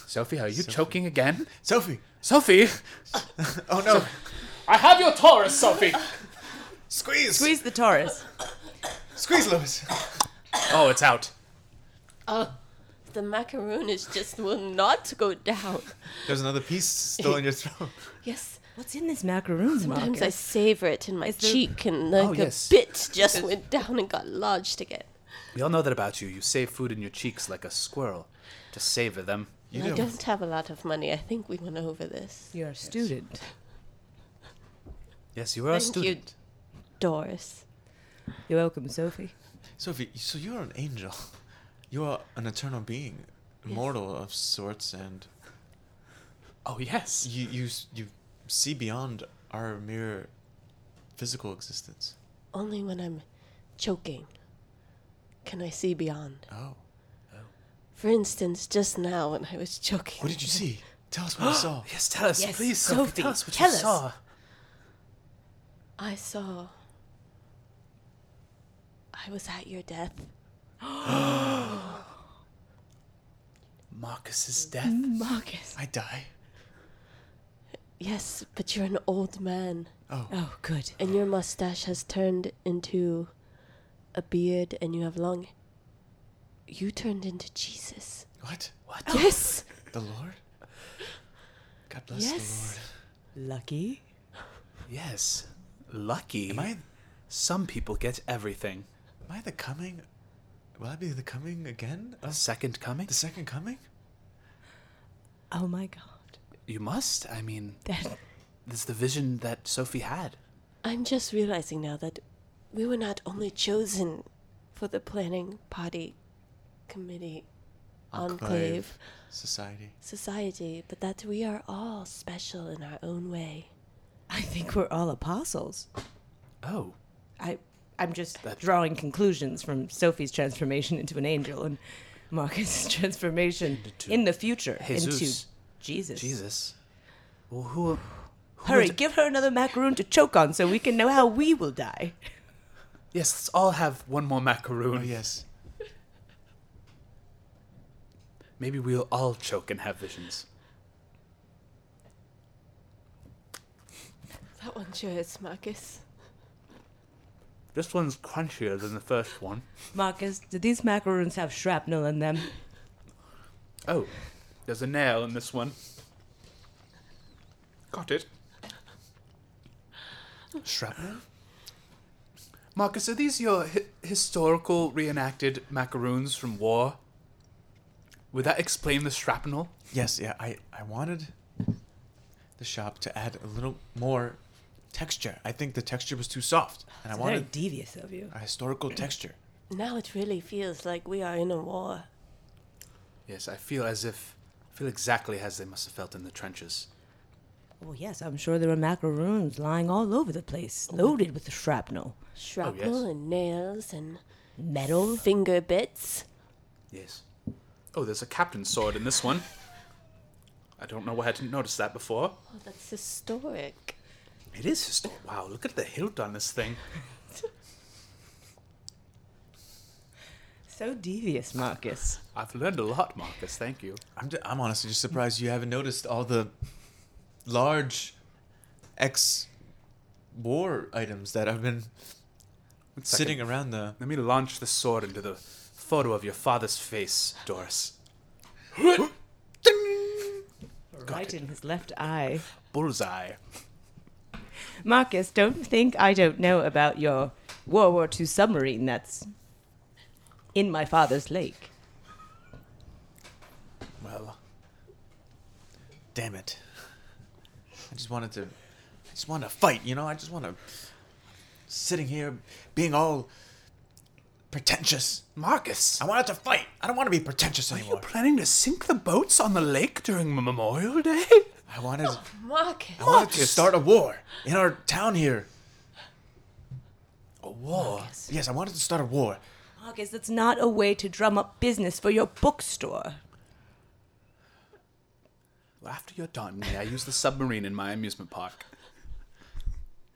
Speaker 1: Sophie, are you choking again?
Speaker 2: Sophie.
Speaker 1: Sophie,
Speaker 2: Oh no.
Speaker 1: I have your Taurus, Sophie.
Speaker 2: Squeeze. Squeeze.
Speaker 3: Squeeze the Taurus.
Speaker 2: Squeeze Lewis.
Speaker 1: oh, it's out.
Speaker 4: Oh, the macaroon is just will not go down.
Speaker 2: There's another piece still in your throat.
Speaker 4: Yes,
Speaker 3: What's in this macaroon,
Speaker 4: sometimes I
Speaker 3: Marcus?
Speaker 4: savor it in my
Speaker 3: there-
Speaker 4: cheek, and like
Speaker 1: yes.
Speaker 4: a bit just went down and got lodged again.
Speaker 1: We all know that about you. You save food in your cheeks like a squirrel to savor them.
Speaker 2: You
Speaker 4: I
Speaker 2: know.
Speaker 4: don't have a lot of money. I think we went over this.
Speaker 3: [LAUGHS] You're a student.
Speaker 1: Yes, you are a
Speaker 4: Thank you.
Speaker 1: student.
Speaker 4: Doris.
Speaker 3: You're welcome, Sophie.
Speaker 2: Sophie, so you are an angel. [LAUGHS] You are an eternal being, immortal of sorts, and
Speaker 1: Oh, yes.
Speaker 2: you you s- you see beyond our mere physical existence.
Speaker 4: Only when I'm choking can I see beyond.
Speaker 2: Oh,
Speaker 4: For instance, just now when I was choking.
Speaker 2: what did you see? Tell us what you
Speaker 1: [GASPS]
Speaker 2: saw.
Speaker 1: Yes, tell us,
Speaker 3: Yes,
Speaker 1: please, Sophie.
Speaker 3: Sophie,
Speaker 1: Tell us what
Speaker 3: tell
Speaker 1: you
Speaker 3: us.
Speaker 1: saw.
Speaker 4: I saw. I was at your death.
Speaker 1: Marcus's death.
Speaker 3: Mm, Marcus.
Speaker 2: I die.
Speaker 4: Yes, but you're an old man,
Speaker 2: Oh,
Speaker 3: Oh, good.
Speaker 4: and your mustache has turned into a beard, and you have long. You turned into Jesus.
Speaker 2: what?
Speaker 1: What?
Speaker 4: Yes!
Speaker 2: The Lord? God bless
Speaker 4: Yes.
Speaker 3: Lucky.
Speaker 1: Yes. Lucky.
Speaker 2: the Lord. Am I
Speaker 1: Some people get everything.
Speaker 2: am I the coming? Will I be the coming again?
Speaker 1: A
Speaker 2: Of
Speaker 1: second coming?
Speaker 2: the second coming?
Speaker 3: Oh my God.
Speaker 1: You must. I mean,
Speaker 3: That
Speaker 1: this is the vision that Sophie had.
Speaker 4: I'm just realizing now that we were not only chosen for the planning party committee enclave
Speaker 2: Society.
Speaker 4: society, but that we are all special in our own way.
Speaker 3: I think we're all apostles.
Speaker 1: Oh.
Speaker 3: I I'm just drawing conclusions from Sophie's transformation into an angel and Marcus's [LAUGHS] transformation
Speaker 1: Into
Speaker 3: in the future
Speaker 1: Jesus.
Speaker 3: into Jesus.
Speaker 1: Jesus. Well, who. who
Speaker 3: Hurry,
Speaker 1: would-
Speaker 3: give her another macaroon to choke on so we can know how we will die.
Speaker 1: Yes, let's all have one more macaroon.
Speaker 2: Oh yes.
Speaker 1: Maybe we'll all choke and have visions.
Speaker 4: That one sure is, Marcus.
Speaker 1: This one's crunchier than the first one.
Speaker 3: Marcus, do these macaroons have shrapnel in them?
Speaker 1: Oh, there's a nail in this one. Got it.
Speaker 2: Shrapnel.
Speaker 1: Marcus, are these your hi- historical reenacted macaroons from war? Would that explain the shrapnel?
Speaker 2: Yes, yeah, I, I wanted the shop to add a little more texture. I think the texture was too soft, and I
Speaker 3: It's very
Speaker 2: wanted
Speaker 3: devious of you.
Speaker 2: a historical texture.
Speaker 4: Now it really feels like we are in a war.
Speaker 1: Yes, I feel as if. I feel exactly as they must have felt in the trenches.
Speaker 3: Oh yes, I'm sure there are macaroons lying all over the
Speaker 1: Oh
Speaker 3: place, loaded with shrapnel,
Speaker 4: Shrapnel and nails and
Speaker 3: metal.
Speaker 4: finger bits.
Speaker 1: Yes. Oh, there's a captain's sword in this one. I don't know why I didn't notice that before.
Speaker 4: Oh, that's historic.
Speaker 1: It is historic. Wow, look at the hilt on this thing.
Speaker 3: So devious, Marcus.
Speaker 1: I've learned a lot, Marcus. Thank you.
Speaker 2: I'm, ju- I'm honestly just surprised you haven't noticed all the large ex war items that have been sitting around the.
Speaker 1: Let me launch the sword into the photo of your father's face, Doris.
Speaker 3: right in his left eye.
Speaker 1: Bullseye.
Speaker 3: Marcus, don't think I don't know about your World War II submarine that's in my father's lake.
Speaker 2: Well, damn it. I just wanted to. I just wanted to fight, you know? I just want to. Sitting here being all pretentious.
Speaker 1: Marcus,
Speaker 2: I wanted to fight. I don't want to be pretentious
Speaker 1: are you
Speaker 2: anymore.
Speaker 1: planning to sink the boats on the lake during M- Memorial Day?
Speaker 2: I wanted,
Speaker 4: Marcus!
Speaker 2: I wanted to
Speaker 1: Marcus.
Speaker 2: start a war in our town here.
Speaker 1: A war?
Speaker 2: Yes, I wanted to start a war.
Speaker 3: Marcus, that's not a way to drum up business for your bookstore.
Speaker 1: Well, after you're done, may I use the submarine in my amusement park?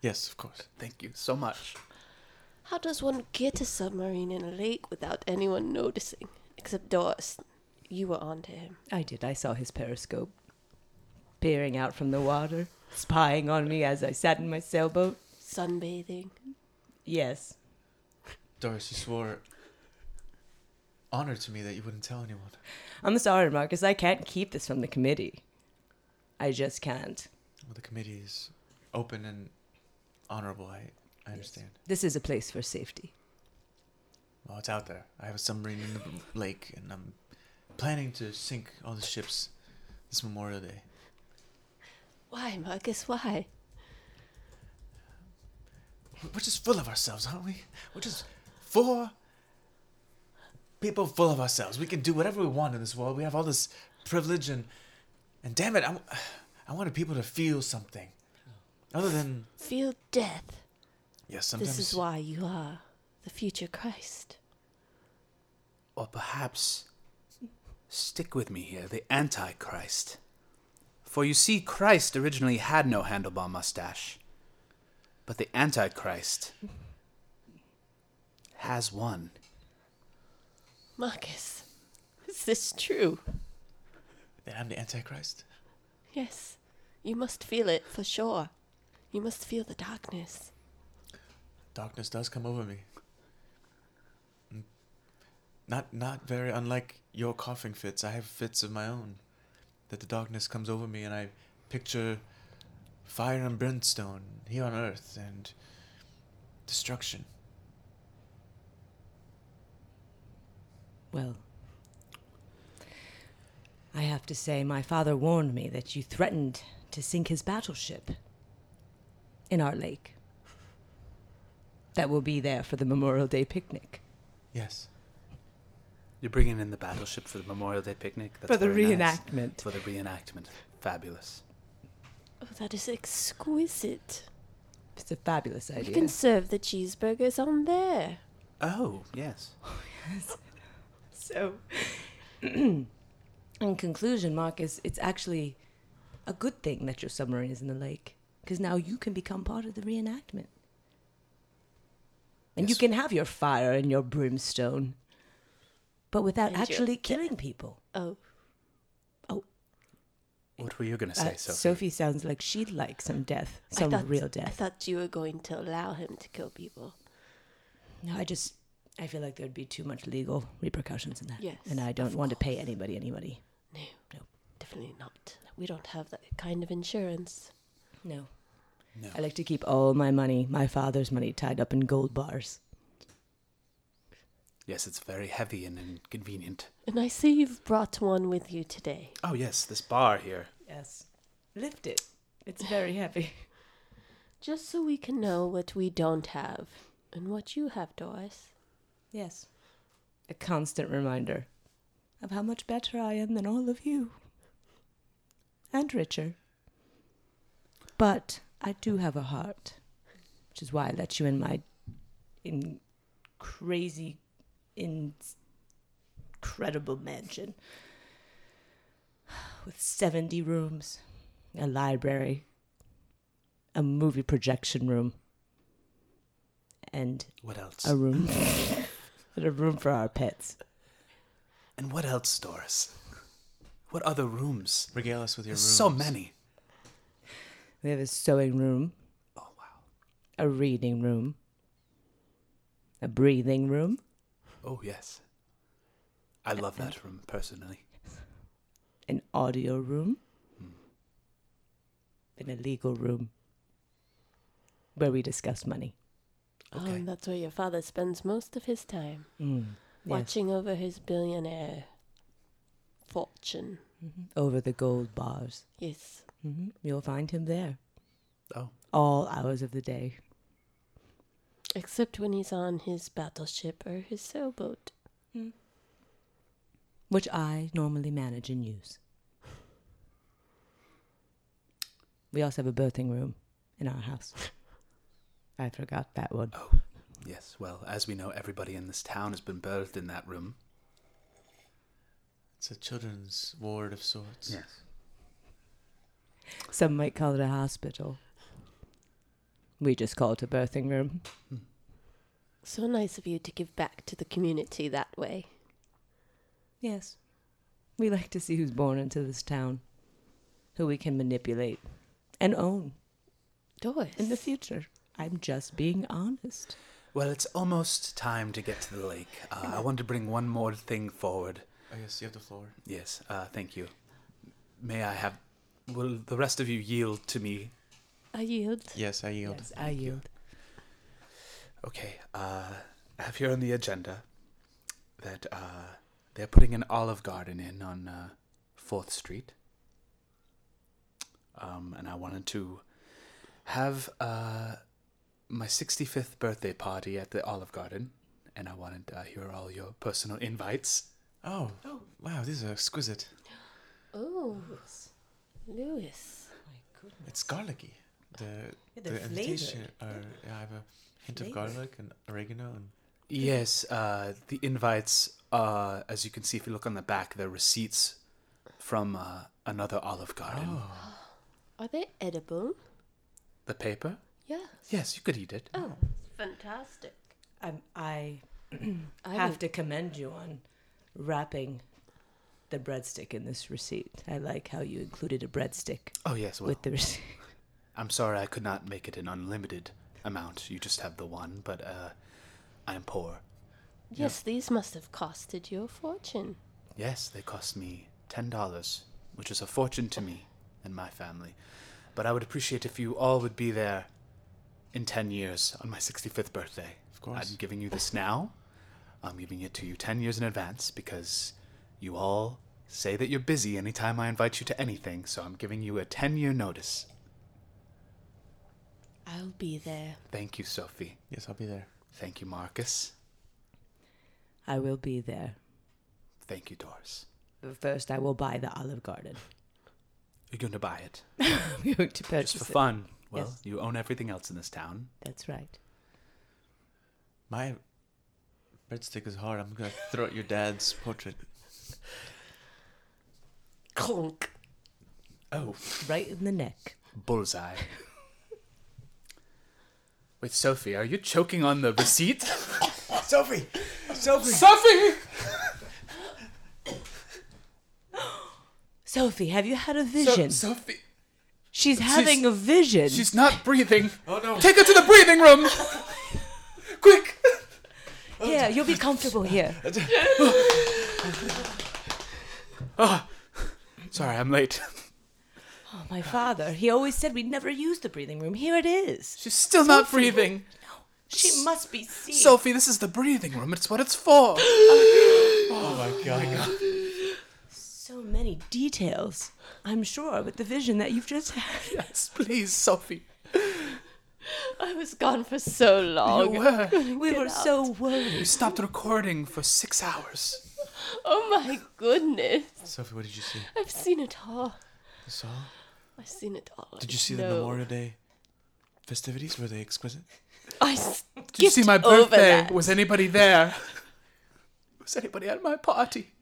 Speaker 2: Yes, of course.
Speaker 1: Thank you so much.
Speaker 4: How does one get a submarine in a lake without anyone noticing? Except Doris. you were onto him.
Speaker 3: I did. I saw his periscope peering out from the water, spying on me as I sat in my sailboat.
Speaker 4: Sunbathing.
Speaker 3: Yes.
Speaker 2: Doris, you swore honor to me that you wouldn't tell anyone.
Speaker 3: I'm sorry, Marcus. I can't keep this from the committee. I just can't.
Speaker 2: Well, the committee is open and honorable. I, I understand.
Speaker 3: This is a place for safety.
Speaker 2: Well, it's out there. I have a submarine in the lake, and I'm planning to sink all the ships this Memorial Day.
Speaker 4: Why, Marcus? Why?
Speaker 2: We're just full of ourselves, aren't we? We're just four people full of ourselves. We can do whatever we want in this world. We have all this privilege, and and damn it, I, w- I wanted people to feel something other than
Speaker 4: Feel death.
Speaker 2: yes. sometimes
Speaker 4: This is why you are the future Christ.
Speaker 1: Or perhaps, stick with me here, the Antichrist. For you see, Christ originally had no handlebar mustache, but the Antichrist has one.
Speaker 4: Marcus, is this true?
Speaker 2: that I'm the Antichrist.
Speaker 4: Yes. You must feel it for sure. You must feel the darkness.
Speaker 2: Darkness does come over me. Mm. Not not very unlike your coughing fits. I have fits of my own. That the darkness comes over me and I picture fire and brimstone here on earth and destruction.
Speaker 3: Well, I have to say, my father warned me that you threatened to sink his battleship in our lake. That will be there for the Memorial Day picnic.
Speaker 2: Yes.
Speaker 1: You're bringing in the battleship for the Memorial Day picnic. That's
Speaker 3: for the
Speaker 1: very nice.
Speaker 3: reenactment.
Speaker 1: For the reenactment. Fabulous.
Speaker 4: Oh, that is exquisite.
Speaker 3: It's a fabulous
Speaker 4: We
Speaker 3: idea.
Speaker 4: can serve the cheeseburgers on there.
Speaker 1: Oh, yes.
Speaker 3: So, [CLEARS THROAT] in conclusion, Marcus, it's actually a good thing that your submarine is in the lake because now you can become part of the reenactment. And you
Speaker 2: Yes.
Speaker 3: can have your fire and your brimstone, but without
Speaker 4: And your
Speaker 3: actually killing people.
Speaker 4: Oh,
Speaker 1: What were you going to
Speaker 3: Uh,
Speaker 1: say,
Speaker 3: Sophie.
Speaker 1: Sophie?
Speaker 3: sounds like she'd like some death,
Speaker 4: I
Speaker 3: some
Speaker 4: thought,
Speaker 3: real
Speaker 4: I
Speaker 3: death.
Speaker 4: thought you were going to allow him to kill people.
Speaker 3: no, I just, I feel like there'd be too much legal repercussions in that.
Speaker 4: Yes,
Speaker 3: and I don't want to pay anybody any money.
Speaker 4: No,
Speaker 3: Nope.
Speaker 4: definitely not. We don't have that kind of insurance.
Speaker 3: No.
Speaker 1: No.
Speaker 3: I like to keep all my money, my father's money, tied up in gold bars.
Speaker 1: Yes, it's very heavy and inconvenient.
Speaker 4: And I see you've brought one with you today.
Speaker 1: Oh, yes, this bar here.
Speaker 3: Yes. Lift it. It's very heavy.
Speaker 4: Just so we can know what we don't have and what you have, Doris.
Speaker 3: Yes. A constant reminder of how much better I am than all of you. And richer. But I do have a heart, which is why I let you in my in crazy, in incredible mansion [SIGHS] with 70 rooms, a library, a movie projection room, and
Speaker 1: What else?
Speaker 3: a room and a room for our pets.
Speaker 1: and what else, Doris? What other rooms?
Speaker 2: Regale us with your
Speaker 1: There's
Speaker 2: rooms.
Speaker 1: so many.
Speaker 3: We have a sewing room,
Speaker 1: Oh, wow.
Speaker 3: a reading room, a breathing room,
Speaker 1: Oh, yes. I love that room personally.
Speaker 3: an audio room, and a legal room where we discuss money.
Speaker 4: Oh,
Speaker 1: Okay.
Speaker 4: and that's where your father spends most of his time
Speaker 3: Yes.
Speaker 4: watching over his billionaire fortune.
Speaker 3: Over the gold bars.
Speaker 4: Yes.
Speaker 3: hmm You'll find him there
Speaker 1: Oh,
Speaker 3: all hours of the day.
Speaker 4: Except when he's on his battleship or his sailboat.
Speaker 3: Which I normally manage and use. We also have a birthing room in our house. [LAUGHS] Oh. I forgot that one.
Speaker 1: yes. Well, as we know, everybody in this town has been birthed in that room.
Speaker 2: It's a children's ward of sorts.
Speaker 3: Some might call it a hospital. We just call it a birthing room.
Speaker 4: So nice of you to give back to the community that way.
Speaker 3: Yes. We like to see who's born into this town, who we can manipulate and own
Speaker 4: Doris.
Speaker 3: in the future. I'm just being honest.
Speaker 1: Well, it's almost time to get to the lake. Uh, I want to bring one more thing forward.
Speaker 2: I guess Oh, you have the floor.
Speaker 1: Yes, uh, thank you. May I have. Will the rest of you yield to me?
Speaker 4: I yield.
Speaker 2: Yes, I yield.
Speaker 3: I yield.
Speaker 1: Okay, uh, I have here on the agenda that uh, they're putting an olive garden in on uh, 4th Street. Um, and I wanted to have uh, my 65th birthday party at the Olive Garden. And I wanted, uh, here are all your personal invites.
Speaker 2: Oh. Wow, these are exquisite.
Speaker 4: Oh, Lewis.
Speaker 2: It's garlicky. The
Speaker 3: Yeah,
Speaker 2: the
Speaker 3: they're
Speaker 2: invitation
Speaker 3: flavored.
Speaker 2: are yeah, I have a hint of
Speaker 3: Flavored.
Speaker 2: garlic and oregano and
Speaker 1: Yes, uh, the invites, uh, as you can see if you look on the back, they're receipts from uh, another Olive Garden.
Speaker 2: oh,
Speaker 4: Are they edible?
Speaker 1: The paper?
Speaker 4: Yeah.
Speaker 1: Yes, you could eat it.
Speaker 4: Oh, fantastic.
Speaker 3: I'm, I
Speaker 4: [CLEARS THROAT] I
Speaker 3: have
Speaker 4: would-
Speaker 3: to commend you on wrapping the breadstick in this receipt. I like how you included a breadstick
Speaker 1: Oh, yes, well,
Speaker 3: with the receipt.
Speaker 1: I'm sorry I could not make it an unlimited amount. You just have the one, but uh, I'm poor.
Speaker 4: Yes, these must have costed you a fortune.
Speaker 1: Yes, they cost me $10, which is a fortune to me and my family. But I would appreciate if you all would be there in 10 years on my 65th birthday.
Speaker 2: Of course.
Speaker 1: I'm giving you this now. I'm giving it to you 10 years in advance because you all say that you're busy anytime I invite you to anything, so I'm giving you a 10 year notice.
Speaker 4: I'll be there.
Speaker 1: Thank you, Sophie.
Speaker 2: yes, I'll be there.
Speaker 1: Thank you, Marcus.
Speaker 3: I will be there.
Speaker 1: Thank you, Doris.
Speaker 3: But first, I will buy the Olive Garden. [LAUGHS]
Speaker 1: You're going to buy it
Speaker 3: I'm going to purchase
Speaker 1: just for
Speaker 3: it.
Speaker 1: fun. Well,
Speaker 3: Yes.
Speaker 1: you own everything else in this town.
Speaker 3: That's right.
Speaker 2: My breadstick is hard. I'm gonna throw at your dad's portrait.
Speaker 4: Conk.
Speaker 1: Oh,
Speaker 3: Right in the neck.
Speaker 1: Bullseye. [LAUGHS] Wait, Sophie, are you choking on the receipt?
Speaker 2: [LAUGHS] Sophie! Sophie!
Speaker 1: Sophie!
Speaker 3: Sophie, have you had a vision?
Speaker 1: Sophie,
Speaker 3: she's having a vision.
Speaker 1: she's not breathing.
Speaker 2: Oh no!
Speaker 1: Take her to the breathing
Speaker 2: [LAUGHS]
Speaker 1: room! Quick!
Speaker 3: Here, you'll
Speaker 1: [LAUGHS]
Speaker 3: be comfortable here.
Speaker 1: Uh, Sorry, I'm late.
Speaker 3: Oh, my father, he always said we'd never use the breathing room. Here it is.
Speaker 1: She's still not breathing.
Speaker 3: She must be seen.
Speaker 1: Sophie, this is the breathing room. It's what it's
Speaker 4: [LAUGHS]
Speaker 1: for.
Speaker 2: Oh my god.
Speaker 3: so many details. I'm sure with the vision that you've just had. [LAUGHS]
Speaker 1: Yes, please, Sophie.
Speaker 4: I was gone for so
Speaker 1: You
Speaker 4: long.
Speaker 1: were.
Speaker 4: [LAUGHS]
Speaker 3: We were so worried.
Speaker 1: You stopped recording for six hours.
Speaker 4: Oh my goodness.
Speaker 2: Sophie, what did you see?
Speaker 4: I've seen it all.
Speaker 2: You saw?
Speaker 4: I've seen it all.
Speaker 2: Did you see the
Speaker 4: No.
Speaker 2: Memorial Day festivities? Were they exquisite?
Speaker 4: I skipped
Speaker 1: Did you see my
Speaker 4: over
Speaker 1: birthday?
Speaker 4: that.
Speaker 1: Was anybody
Speaker 4: [LAUGHS]
Speaker 1: there? Was anybody at my party?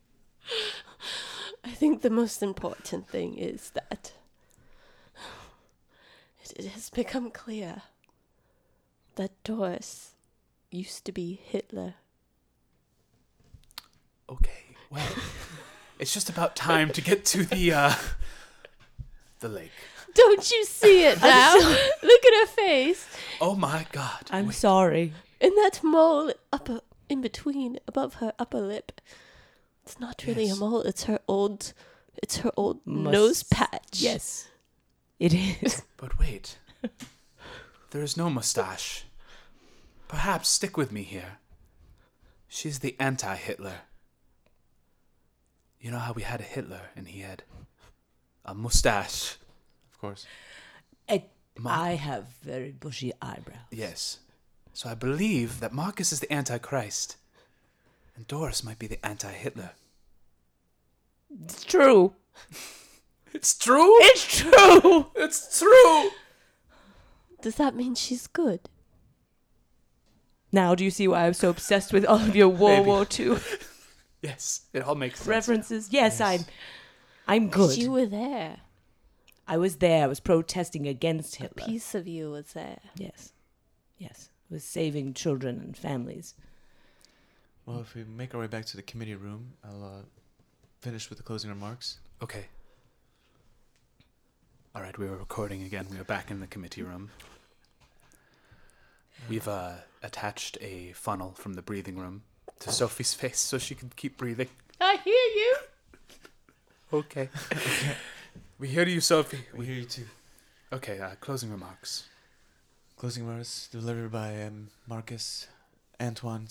Speaker 4: I think the most important thing is that [SIGHS] it, it has become clear that Doris used to be Hitler.
Speaker 1: Okay. Well, [LAUGHS] it's just about time to get to the uh the lake.
Speaker 4: Don't you see it now? [LAUGHS] Look at her face
Speaker 1: Oh my god.
Speaker 3: I'm sorry.
Speaker 4: and that mole upper in between above her upper lip. It's not really
Speaker 2: Yes.
Speaker 4: a mole. It's her old. It's her old
Speaker 3: Must-
Speaker 4: nose patch.
Speaker 3: Yes, it [LAUGHS] is.
Speaker 1: But wait. There is no mustache. Perhaps stick with me here. She's the anti-Hitler. You know how we had a Hitler and he had a mustache.
Speaker 2: Of course.
Speaker 3: I,
Speaker 1: Ma-
Speaker 3: I have very bushy eyebrows.
Speaker 1: Yes. So I believe that Marcus is the antichrist and Doris might be the anti-Hitler.
Speaker 3: It's true.
Speaker 1: It's true.
Speaker 3: [LAUGHS] It's true.
Speaker 1: It's true.
Speaker 4: Does that mean she's good?
Speaker 3: Now, do you see why I'm so obsessed with all of [LAUGHS] your World
Speaker 1: Maybe.
Speaker 3: War II
Speaker 1: Yes, it all makes sense.
Speaker 3: references? Yes, I'm. I'm good.
Speaker 4: You were there.
Speaker 3: I was there. I was protesting against Hitler.
Speaker 4: Piece of you was there.
Speaker 3: Yes, yes. I was saving children and families.
Speaker 2: Well, if we make our way back to the committee room, I'll uh, finished with the closing remarks?
Speaker 1: Okay. All right, we were recording again. We are back in the committee room. We've uh, attached a funnel from the breathing room to Sophie's face so she can keep breathing.
Speaker 4: I hear you.
Speaker 1: Okay. [LAUGHS] we hear you, Sophie.
Speaker 2: We hear you too.
Speaker 1: Okay, uh, closing remarks.
Speaker 2: Closing remarks delivered by um, Marcus Antoine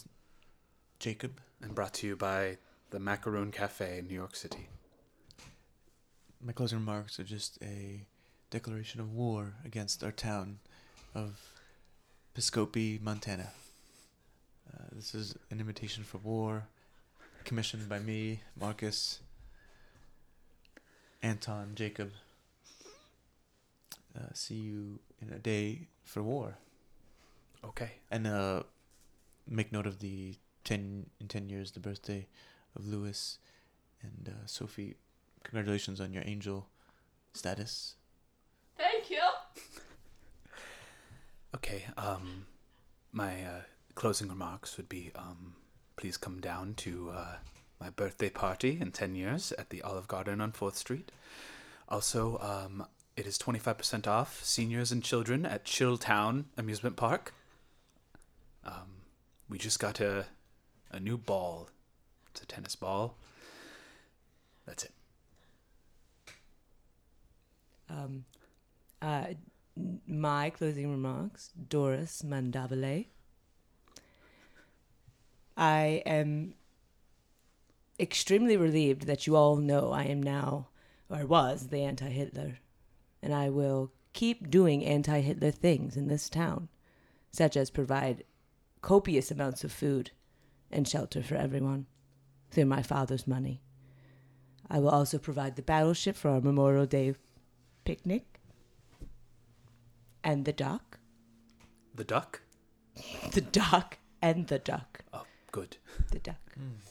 Speaker 2: Jacob.
Speaker 1: And brought to you by the Macaroon Cafe in New York City.
Speaker 2: My closing remarks are just a declaration of war against our town of Piscopee, Montana. Uh, this is an invitation for war, commissioned by me, Marcus, Anton, Jacob. Uh, see you in a day for war,
Speaker 1: Okay.
Speaker 2: and uh, make note of the ten in ten years the birthday of Lewis and uh, Sophie. Congratulations on your angel status.
Speaker 4: Thank you.
Speaker 1: Okay. Um, my uh, closing remarks would be: um, please come down to uh, my birthday party in ten years at the Olive Garden on Fourth Street. Also, um, it is twenty five percent off seniors and children at Chilltown Amusement Park. Um, we just got a a new ball. It's a tennis ball. That's it.
Speaker 3: Um, uh, n- my closing remarks, Doris Mandavale. I am extremely relieved that you all know I am now, or I was, the anti Hitler. And I will keep doing anti Hitler things in this town, such as provide copious amounts of food and shelter for everyone through my father's money. I will also provide the battleship for our Memorial Day picnic and the duck [LAUGHS]
Speaker 1: The duck.
Speaker 3: the duck and the duck
Speaker 1: Oh, good.
Speaker 3: the duck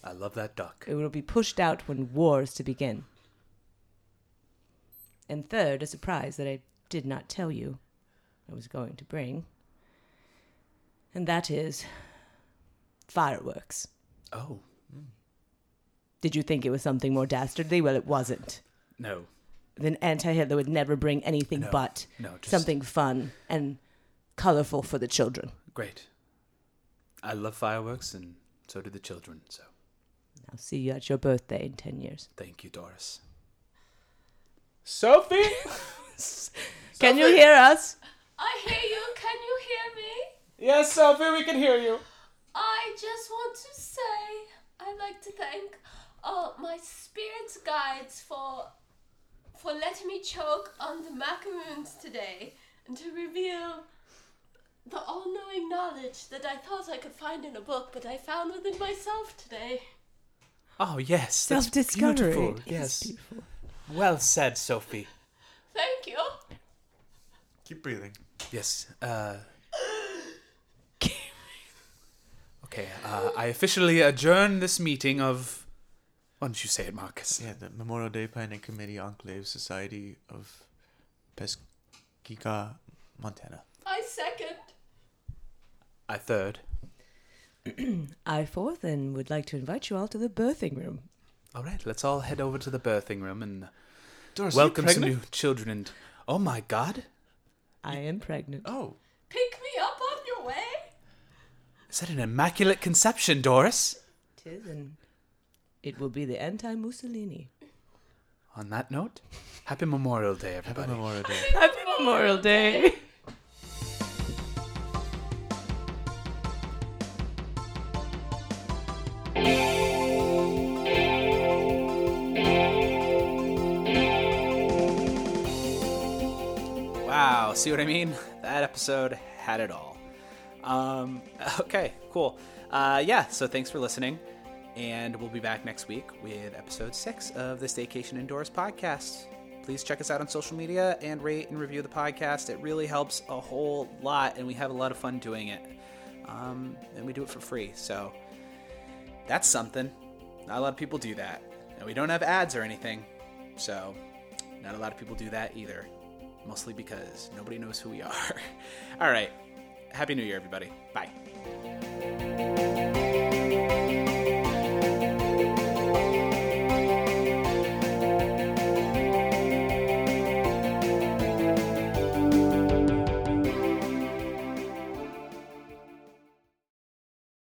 Speaker 1: I love that duck.
Speaker 3: it will be pushed out when war is to begin and third a surprise that i did not tell you i was going to bring and that is fireworks
Speaker 1: Oh
Speaker 3: did you think it was something more dastardly well it wasn't
Speaker 1: no,
Speaker 3: then anti-hitler would never bring anything
Speaker 1: No,
Speaker 3: but
Speaker 1: no, just
Speaker 3: something fun and colorful for the children
Speaker 1: Great. I love fireworks, and so do the children. So
Speaker 3: I'll see you at your birthday in 10 years.
Speaker 1: thank you, Doris. Sophie.
Speaker 3: Can you hear us?
Speaker 4: I hear you. Can you hear me?
Speaker 1: Yes, Sophie, we can hear you.
Speaker 4: I just want to say I'd like to thank uh, my spirit guides for for letting me choke on the macaroons today and to reveal the all-knowing knowledge that I thought I could find in a book, but I found within myself today.
Speaker 1: Oh yes, that's
Speaker 3: Self-discovery
Speaker 1: beautiful. Yes,
Speaker 3: is
Speaker 1: well said, Sophie.
Speaker 4: Thank you.
Speaker 2: Keep breathing.
Speaker 1: Yes. Uh... okay. Uh, I officially adjourn this meeting of. Why don't you say it, Marcus?
Speaker 2: Yeah, the Memorial Day Planning Committee Enclave Society of Pesquica, Montana.
Speaker 4: I second.
Speaker 1: I third.
Speaker 3: I, fourth, and would like to invite you all to the birthing room.
Speaker 1: All right, let's all head over to the birthing room and
Speaker 2: Doris,
Speaker 1: welcome some new children. And oh my God,
Speaker 3: I am pregnant.
Speaker 2: Oh,
Speaker 4: Pick me up on your way.
Speaker 1: is that an immaculate conception, Doris?
Speaker 3: Tis, and it will be the anti Mussolini.
Speaker 1: On that note, happy Memorial Day,
Speaker 2: happy
Speaker 1: everybody.
Speaker 2: Memorial Day.
Speaker 3: Happy Memorial Day!
Speaker 1: Wow, see what I mean? [LAUGHS] That episode had it all. Um, [LAUGHS] okay, cool. Uh, yeah, so thanks for listening. And we'll be back next week with episode six of the Staycation Indoors podcast. Please check us out on social media and rate and review the podcast. It really helps a whole lot, and we have a lot of fun doing it. Um, and we do it for free, so that's something. Not a lot of people do that. And we don't have ads or anything, so not a lot of people do that either. Mostly because nobody [LAUGHS] knows who we are. All right. Happy New Year, everybody. Bye.